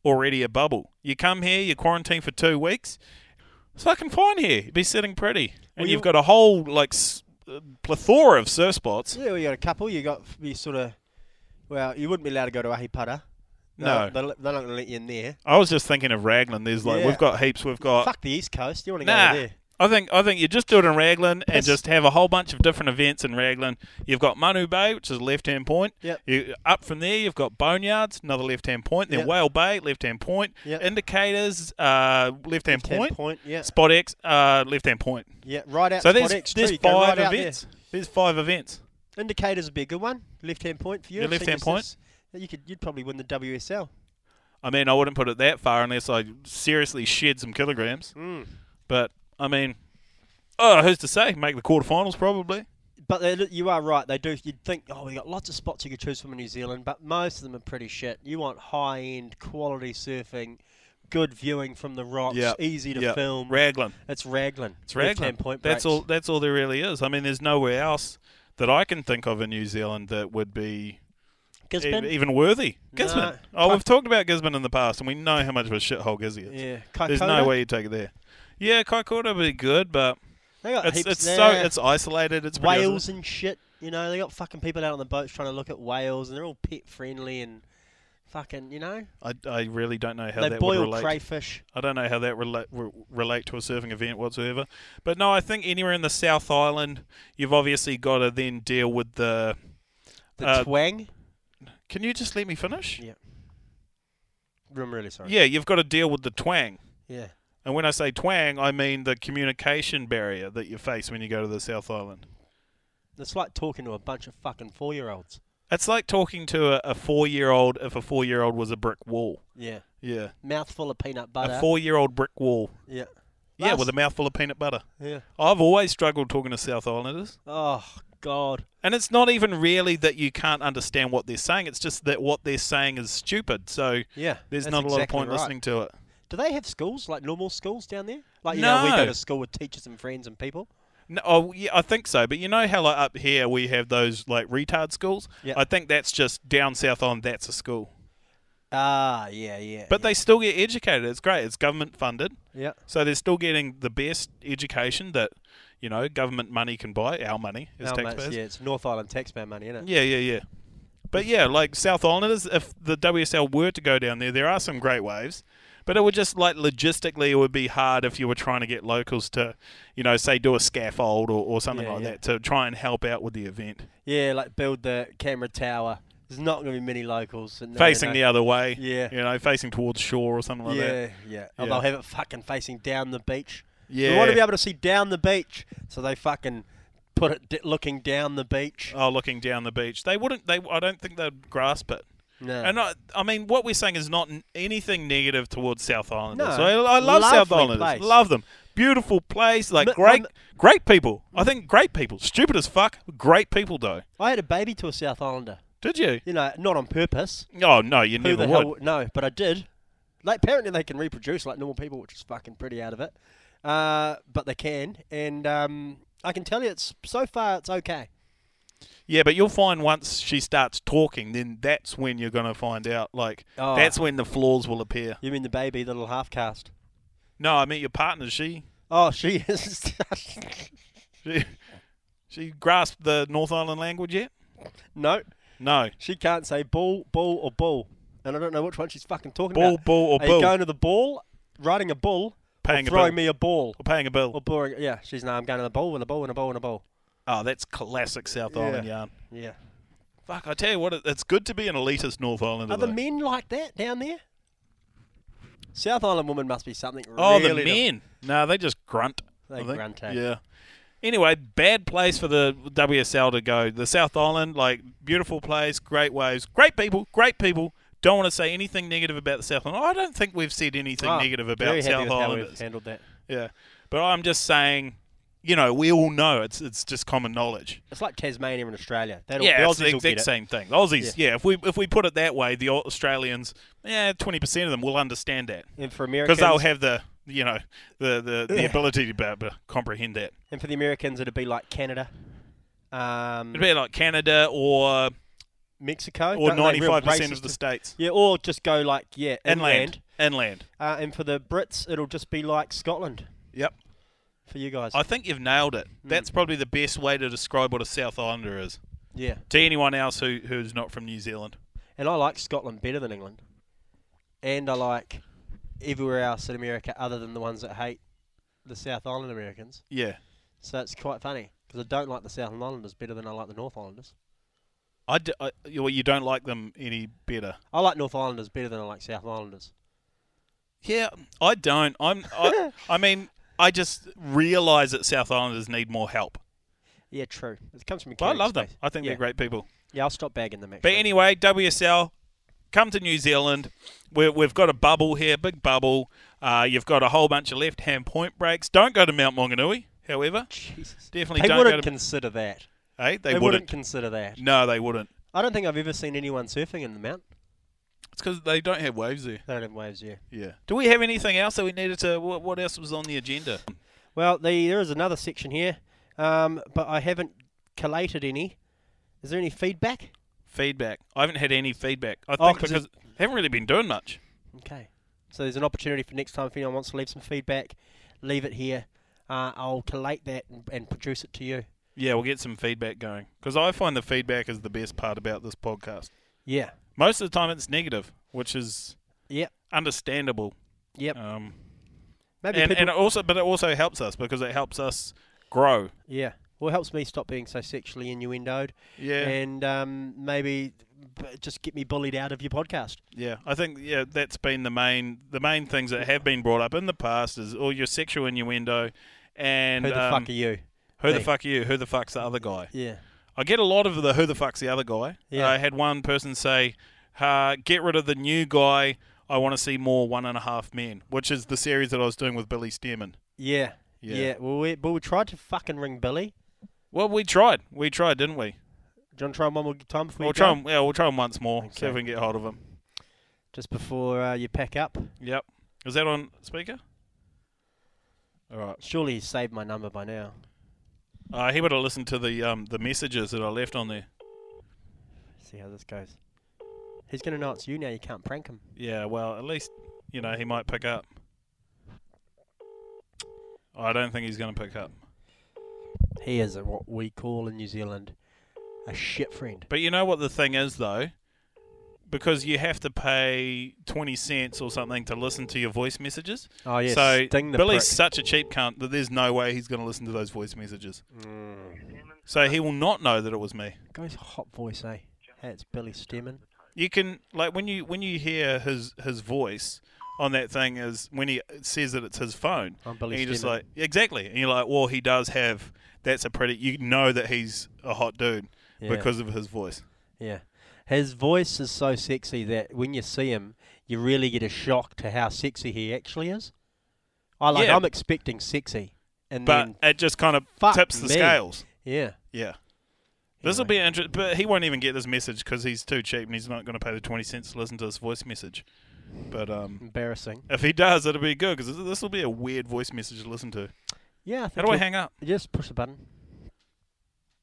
B: already a bubble. You come here, you quarantine for two weeks. It's fucking fine here. You'd be sitting pretty, and
A: Well, you-
B: you've got a whole like s- uh, plethora of surf spots.
A: Yeah, well, you got a couple. You got you sort of. Well, you wouldn't be allowed to go to Ahipara.
B: No.
A: they're, they're not going to let you in there.
B: I was just thinking of Raglan. There's like
A: Yeah.
B: we've got heaps. We've got
A: Fuck the East Coast. You want to
B: Oh. Nah,
A: go over there?
B: I think I think you just do it in Raglan and
A: Piss.
B: just have a whole bunch of different events in Raglan. You've got Manu Bay, which is left hand point.
A: Yep.
B: You up from there, you've got Boneyards, another left hand point. Then
A: Yep.
B: Whale Bay, left hand point.
A: Yep.
B: Indicators, uh, left hand
A: Ten
B: point.
A: point. Yeah.
B: Spot X, uh, left hand point.
A: Yeah. Right out.
B: So
A: spot
B: there's
A: X, too.
B: there's
A: You go right
B: five
A: out there.
B: events. There's five events.
A: Indicators would be a good one. Left hand point for you.
B: Yeah,
A: I think
B: left-hand
A: this
B: point.
A: is- You could you'd probably win the WSL.
B: I mean, I wouldn't put it that far unless I seriously shed some kilograms.
A: Mm.
B: But I mean, oh, who's to say? Make the quarterfinals probably.
A: But they, look- you are right. They do. You'd think, oh, we got lots of spots you could choose from in New Zealand, but most of them are pretty shit. You want high end quality surfing, good viewing from the rocks,
B: Yep,
A: easy to
B: yep.
A: film.
B: Raglan.
A: it's Raglan.
B: It's Raglan.
A: Left-hand Point
B: that's
A: breaks.
B: all. That's all there really is. I mean, there's nowhere else that I can think of in New Zealand that would be e-
A: Gisborne.
B: even worthy. Gisborne. Oh,
A: Ka-
B: we've talked about Gisborne in the past, and we know how much of a shithole Gizzy is.
A: yeah.
B: There's
A: Kaikoura.
B: no way you take it there. Yeah, Kaikoura would be good, but
A: They got
B: it's
A: heaps
B: it's so
A: there.
B: it's isolated. It's pretty
A: whales and shit. You know, they got fucking people out on the boats trying to look at whales, and they're all pet friendly and fucking. You know,
B: isolated. I, I really don't know how
A: they
B: that would
A: boil
B: relate.
A: crayfish.
B: I don't know how that relate re- relate to a surfing event whatsoever. But no, I think anywhere in the South Island, you've obviously got to then deal with the.
A: The
B: Uh,
A: twang.
B: Can you just let me finish?
A: Yeah. I'm really sorry.
B: Yeah, you've got to deal with the twang.
A: Yeah.
B: And when I say twang, I mean the communication barrier that you face when you go to the South Island.
A: It's like talking to a bunch of fucking four year olds.
B: It's like talking to a, a four year old if a four year old was a brick wall.
A: Yeah.
B: Yeah.
A: Mouthful of peanut butter.
B: A four year old brick wall.
A: yeah.
B: Yeah,
A: Last-
B: with a mouthful of peanut butter.
A: Yeah.
B: I've always struggled talking to South Islanders.
A: Oh God.
B: And it's not even really that you can't understand what they're saying, it's just that what they're saying is stupid. So
A: Yeah.
B: there's
A: that's
B: not a lot of
A: exactly
B: point
A: right.
B: listening to it.
A: Do they have schools like normal schools down there? Like you know we go
B: No.
A: to school with teachers and friends and people.
B: No, oh, yeah, I think so. But you know how like up here we have those like retard schools?
A: Yeah.
B: I think that's just down South Island, that's a school.
A: Ah yeah yeah.
B: But they still get educated. It's great. It's government funded.
A: yeah.
B: So they're still getting the best education that, you know, government money can buy, our money as
A: Our mates,
B: taxpayers.
A: yeah, it's North Island taxpayer money, isn't it?
B: yeah, yeah, yeah. But yeah, like South Islanders, if the WSL were to go down there, there are some great waves. But it would just like logistically, it would be hard if you were trying to get locals to, you know, say do a scaffold or, or something
A: Yeah,
B: like
A: yeah.
B: that to try and help out with the event,
A: Yeah, like build the camera tower. There's not going to be many locals. and-
B: facing
A: no,
B: the
A: no.
B: other way,
A: Yeah.
B: you know, facing towards shore or something like
A: yeah,
B: that.
A: yeah.
B: Yeah.
A: Or they'll have it fucking facing down the beach.
B: Yeah,
A: We want to be able to see down the beach, so they fucking put it d- looking down the beach.
B: oh, looking down the beach, they wouldn't. They, I don't think they'd grasp it.
A: no.
B: And I, I mean, what we're saying is not n- anything negative towards South Islanders.
A: No.
B: So I, I love
A: Lovely
B: South Islanders.
A: place.
B: Love them. Beautiful place. Like
A: M-
B: great,
A: um,
B: great people. I think great people. Stupid as fuck. Great people though.
A: I had a baby to a South Islander.
B: Did you?
A: You know, not on purpose.
B: Oh no, you
A: Who
B: never
A: the hell?
B: would.
A: would- No, but I did. Like apparently they can reproduce like normal people, which is fucking pretty out of it. Uh, but they can, and um, I can tell you, it's so far it's okay.
B: Yeah, but you'll find once she starts talking, then that's when you're gonna find out. Like
A: Oh.
B: that's when the flaws will appear.
A: You mean the baby, the little half caste?
B: No, I mean your partner. She,
A: Oh, she is. *laughs*
B: she, she grasped the North Island language yet?
A: no,
B: No.
A: she can't say ball, ball, or bull, and I don't know which one she's fucking talking
B: Bull,
A: about.
B: bull, or
A: Are you
B: bull.
A: going to the ball, riding a bull,
B: Paying
A: or
B: a
A: throwing
B: bill.
A: me a ball,
B: Or paying a bill.
A: or boring? Yeah, she's now. I'm going to the ball and a ball and a ball and a ball.
B: Oh, that's classic South
A: Yeah.
B: Island yarn.
A: Yeah.
B: Fuck, I tell you what, it- it's good to be an elitist North Islander.
A: Are the
B: though.
A: men like that down there? South Island women must be something.
B: oh,
A: really
B: the men. No, they just grunt.
A: They
B: I think.
A: grunt, eh?
B: Yeah. Anyway, bad place for the WSL to go. The South Island, like beautiful place, great waves, great people, great people. Don't want to say anything negative about the South Island. I don't think we've said anything
A: Oh,
B: negative
A: very
B: about
A: happy
B: South
A: with how we've
B: Islanders.
A: handled that.
B: Yeah, but I'm just saying, you know, we all know it's it's just common knowledge.
A: It's like Tasmania and Australia. That'll,
B: Yeah,
A: the
B: it's the
A: Aussies will get
B: exact
A: it.
B: same thing. The Aussies, yeah. If we if we put it that way, the Au- Australians, yeah, twenty percent of them will understand that
A: And for Americans,
B: because they'll have the you know the the, the
A: Yeah. Mm.
B: ability to be able to comprehend that.
A: and for the Americans, it'd be like Canada, um,
B: It'd be like Canada or
A: Mexico,
B: or
A: Don't they
B: ninety
A: real
B: five percent of
A: racist-
B: the states
A: Yeah, or just go like yeah
B: inland.
A: inland.
B: Inland.
A: Uh, and for the Brits, it'll just be like Scotland
B: Yep.
A: for you guys.
B: I think you've nailed it.
A: Mm.
B: That's probably the best way to describe what a South Islander is
A: yeah,
B: to anyone else who who's not from New Zealand.
A: and I like Scotland better than England, and I like everywhere else in America other than the ones that hate the South Island Americans.
B: Yeah.
A: So it's quite funny because I don't like the South Islanders better than I like the North Islanders.
B: I, d- I well, you don't like them any better.
A: I like North Islanders better than I like South Islanders.
B: Yeah, I don't. I'm.
A: *laughs*
B: I, I mean, I just realise that South Islanders need more help.
A: Yeah, true. It comes from. a
B: But I
A: character
B: love them.
A: space.
B: I think
A: yeah.
B: they're great people.
A: Yeah, I'll stop bagging them. Actually.
B: But anyway, WSL, come to New Zealand. We're, we've got a bubble here, big bubble. Uh, you've got a whole bunch of left-hand point breaks. Don't go to Mount Maunganui, however.
A: *laughs* Jesus,
B: Definitely
A: they
B: don't
A: wouldn't
B: go to.
A: consider that.
B: hey, they,
A: They, wouldn't.
B: wouldn't.
A: consider that.
B: No, they wouldn't.
A: I don't think I've ever seen anyone surfing in the mount.
B: It's because they don't have waves there.
A: They don't have waves here.
B: Yeah. Do we have anything else that we needed to? What, what else was on the agenda?
A: Well, the, there is another section here, um, but I haven't collated any. Is there any feedback?
B: Feedback. I haven't had any feedback. I
A: Oh,
B: think
A: 'cause it-
B: because I haven't really been doing much.
A: Okay. So there's an opportunity for next time if anyone wants to leave some feedback, leave it here. Uh, I'll collate that and, and produce it to you.
B: Yeah, we'll get some feedback going because I find the feedback is the best part about this podcast.
A: Yeah.
B: Most of the time, it's negative, which is
A: Yep.
B: understandable.
A: Yep.
B: Um,
A: Maybe
B: and,
A: people.
B: and it also, but it also helps us because it helps us grow.
A: yeah. Well, it helps me stop being so sexually innuendoed,
B: Yeah,
A: and um, maybe b- just get me bullied out of your podcast.
B: yeah. I think yeah, that's been the main the main things that have been brought up in the past is all your sexual innuendo, and
A: Who the
B: um,
A: fuck are you?
B: who the
A: me?
B: fuck are you? Who the fuck's the other guy?
A: Yeah.
B: I get a lot of the who the fuck's the other guy.
A: Yeah.
B: I had one person say, uh, get rid of the new guy. I want to see more One and a Half Men, which is the series that I was doing with Billy Stearman.
A: Yeah.
B: Yeah.
A: Yeah. Well, we, but we tried to fucking ring Billy.
B: Well, we tried. We tried, didn't we?
A: Do you want to try him one more time before
B: we'll
A: you
B: try
A: go?
B: him. Yeah, we'll try him once more. See
A: Okay.
B: if we can get hold of him.
A: Just before uh, you pack up.
B: Yep. Is that on speaker? All right.
A: Surely he's saved my number by now.
B: Uh, he would have listened to the um, the messages that I left on there.
A: See how this goes. He's going to know it's you now. You can't prank him.
B: Yeah. Well, at least you know he might pick up. I don't think he's going to pick up.
A: He is a, what we call in New Zealand a shit friend.
B: But you know what the thing is though, because you have to pay twenty cents or something to listen to your voice messages.
A: Oh, yes,
B: So
A: ding the
B: Billy's
A: prick.
B: such a cheap cunt that there's no way he's going to listen to those voice messages.
A: Mm.
B: So he will not know that it was me.
A: Guy's hot voice, eh? Hey, it's Billy Stemmen.
B: You can like when you when you hear his his voice on that thing is when he says that it's his phone.
A: I'm Billy
B: and you're just
A: Stemmen.
B: like exactly, and you're like, well, he does have. That's a pretty. You know that he's a hot dude
A: Yeah.
B: because of his voice.
A: Yeah. His voice is so sexy that when you see him, you really get a shock to how sexy he actually is. I like.
B: Yeah.
A: I'm expecting sexy, and
B: But
A: then
B: it just kind of
A: fuck
B: tips the
A: me.
B: scales.
A: yeah,
B: Yeah. This will
A: Anyway.
B: be interesting, but he won't even get this message because he's too cheap and he's not going to pay the twenty cents to listen to this voice message. But um,
A: embarrassing.
B: if he does, it'll be good because this will be a weird voice message to listen to.
A: Yeah. I
B: How
A: think
B: do I
A: you'll-
B: hang up?
A: Just push the button.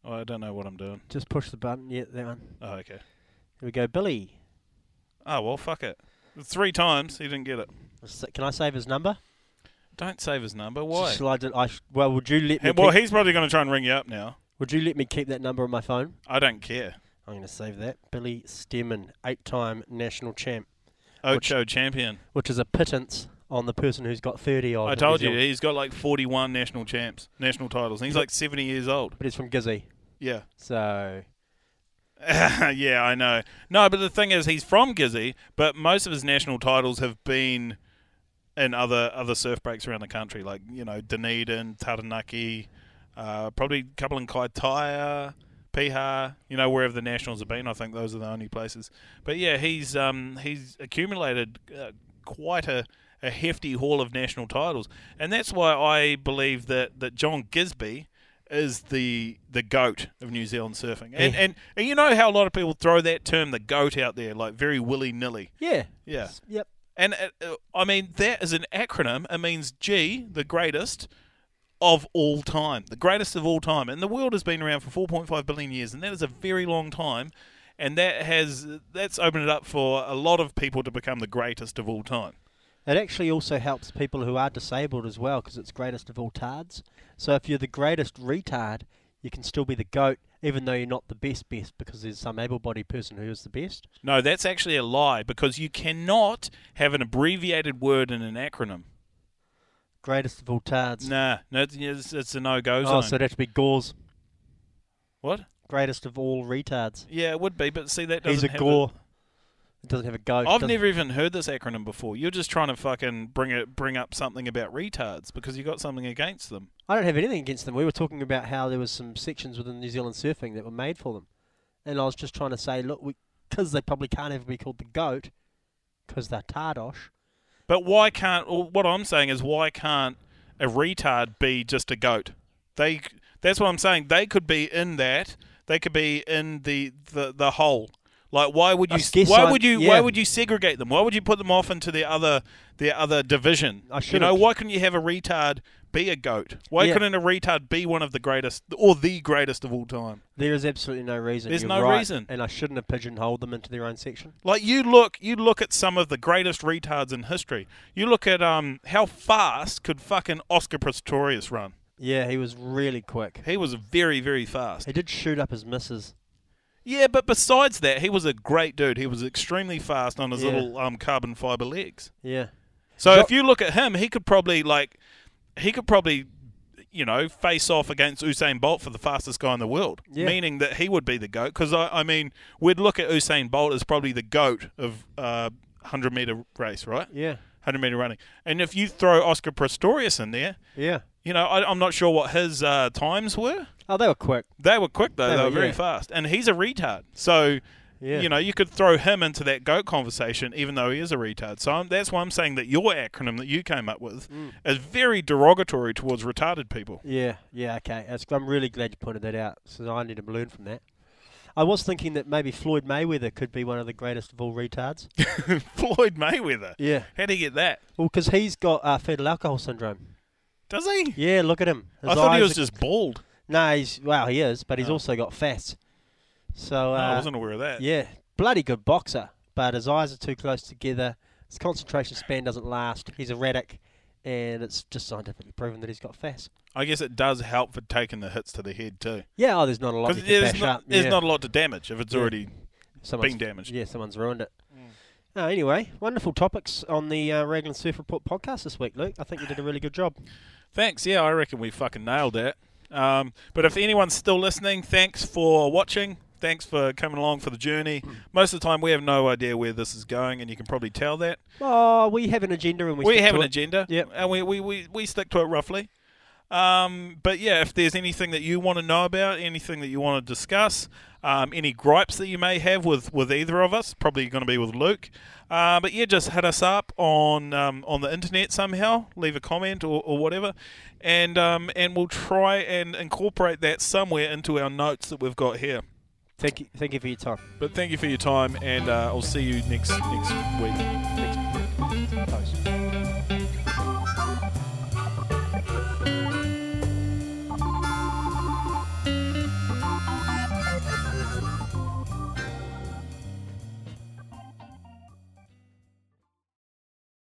B: Oh, I don't know what I'm doing.
A: Just push the button. Yeah, that one.
B: Oh, okay.
A: Here we go, Billy.
B: Oh well, fuck it. Three times he didn't get it.
A: S- Can I save his number?
B: Don't save his number. Why?
A: Shall I do- I sh- well, would you let me?
B: Hey, well,
A: keep,
B: he's probably going to try and ring you up now.
A: would you let me keep that number on my phone?
B: I don't care.
A: I'm going to save that. Billy Stemmen, eight-time national champ,
B: Ocho champion.
A: which is a pittance on the person who's got 30 odd.
B: I
A: in
B: told
A: New
B: you
A: Zealand.
B: he's got like 41 national champs, national titles, and he's like 70 years old.
A: But he's from Gizzy,
B: Yeah.
A: so
B: *laughs* yeah, I know. No, but the thing is, he's from Gizzy, but most of his national titles have been in other other surf breaks around the country, like you know Dunedin, Taranaki, uh, probably a couple in Kaitaia, Piha. You know wherever the nationals have been, I think those are the only places. But yeah, he's um, he's accumulated uh, quite a a hefty haul of national titles, and that's why I believe that that John Gisby is the the goat of New Zealand surfing. And,
A: Yeah.
B: and and you know how a lot of people throw that term the goat out there like very willy nilly.
A: yeah,
B: Yeah.
A: S- yep.
B: And uh, uh, I mean that is an acronym. It means G, the greatest of all time, the greatest of all time. And the world has been around for 4.5 billion years, and that is a very long time. And that has that's opened it up for a lot of people to become the greatest of all time.
A: It actually also helps people who are disabled as well because it's greatest of all tards. So if you're the greatest retard, you can still be the goat, even though you're not the best best because there's some able-bodied person who is the best.
B: No, that's actually a lie because you cannot have an abbreviated word in an acronym.
A: Greatest of all tards.
B: Nah, no, it's- it's, it's a no-go zone.
A: oh, so it'd have to be Gores.
B: what?
A: Greatest of all retards.
B: Yeah, it would be, but see that doesn't.
A: He's a
B: have
A: Gore. It doesn't have a goat.
B: A, I've
A: doesn't-
B: never even heard this acronym before. You're just trying to fucking bring it, bring up something about retards because you got something against them.
A: I don't have anything against them. We were talking about how there was some sections within New Zealand surfing that were made for them, and I was just trying to say, look, because they probably can't ever be called the goat, because they're tardosh.
B: But why can't? Or what I'm saying is, why can't a retard be just a goat? They. That's what I'm saying. They could be in that. They could be in the the, the whole. Like, why would
A: I
B: you? s-
A: guess
B: Why
A: I-
B: would you?
A: yeah.
B: Why would you segregate them? Why would you put them off into the other the other division?
A: I
B: You know,
A: should've.
B: why couldn't you have a retard be a goat? Why
A: Yeah.
B: couldn't a retard be one of the greatest or the greatest of all time?
A: There is absolutely no reason.
B: There's
A: You're
B: no
A: right,
B: reason.
A: and I shouldn't have pigeonholed them into their own section.
B: Like you look, you look at some of the greatest retards in history. You look at um how fast could fucking Oscar Pistorius run?
A: Yeah, he was really quick.
B: He was very very fast.
A: He did shoot up his misses.
B: Yeah, but besides that, he was a great dude. He was extremely fast on his
A: Yeah.
B: little um carbon fiber legs.
A: Yeah,
B: So
A: Jo-
B: if you look at him, he could probably like he could probably you know face off against Usain Bolt for the fastest guy in the world,
A: Yeah.
B: meaning that he would be the goat. Because I, I mean, we'd look at Usain Bolt as probably the goat of uh, hundred meter race, right?
A: yeah,
B: 100 meter running. And if you throw Oscar Pistorius in there,
A: yeah.
B: you know, I, I'm not sure what his uh, times were.
A: Oh, they were quick.
B: They were quick, though. They,
A: They
B: were
A: were,
B: very
A: yeah.
B: fast. And he's a retard. So,
A: Yeah.
B: you know, you could throw him into that GOAT conversation, even though he is a retard. So I'm, that's why I'm saying that your acronym that you came up with is very derogatory towards retarded people. *laughs*
A: Yeah, yeah, okay. That's, I'm really glad you pointed that out, so I need to learn from that. I was thinking that maybe Floyd Mayweather could be one of the greatest of all retards.
B: Floyd Mayweather.
A: yeah.
B: How'd he get that?
A: Well, because he's got uh, fetal alcohol syndrome.
B: Does he?
A: Yeah, look at him. His
B: I thought he
A: eyes
B: was
A: are-
B: just bald.
A: No, he's well, he is, but he's
B: Oh.
A: also got fat. So
B: No, I
A: uh,
B: wasn't aware of that.
A: yeah, bloody good boxer, but his eyes are too close together. His concentration span doesn't last. He's erratic, and it's just scientifically proven that he's got FAS.
B: I guess it does help for taking the hits to the head too,
A: Yeah, oh, there's not a lot you
B: because
A: can
B: there's
A: bash
B: not
A: up.
B: there's
A: yeah.
B: not a lot to damage if it's
A: Yeah.
B: already.
A: someone's,
B: being damaged.
A: Yeah, someone's ruined it.
B: Mm.
A: Oh, anyway, wonderful topics on the uh, Raglan Surf Report podcast this week, Luke. I think you did a really good
B: *sighs*
A: job.
B: Thanks. Yeah, I reckon we fucking nailed that. Um, but if anyone's still listening, thanks for watching. Thanks for coming along for the journey. Most of the time, we have no idea where this is going, and you can probably tell that.
A: Oh, we have an agenda and we,
B: we
A: stick
B: have
A: to
B: an
A: it.
B: agenda,
A: Yep.
B: and we, we, we, we stick to it roughly. Um, but yeah, if there's anything that you want to know about, anything that you want to discuss, um, any gripes that you may have with, with either of us, probably going to be with Luke. Uh, but yeah, just hit us up on um, on the internet somehow, leave a comment or, or whatever, and um, and we'll try and incorporate that somewhere into our notes that we've got here.
A: Thank you, thank you for your time.
B: But thank you for your time, and uh, I'll see you next next week.
A: Thanks. Post.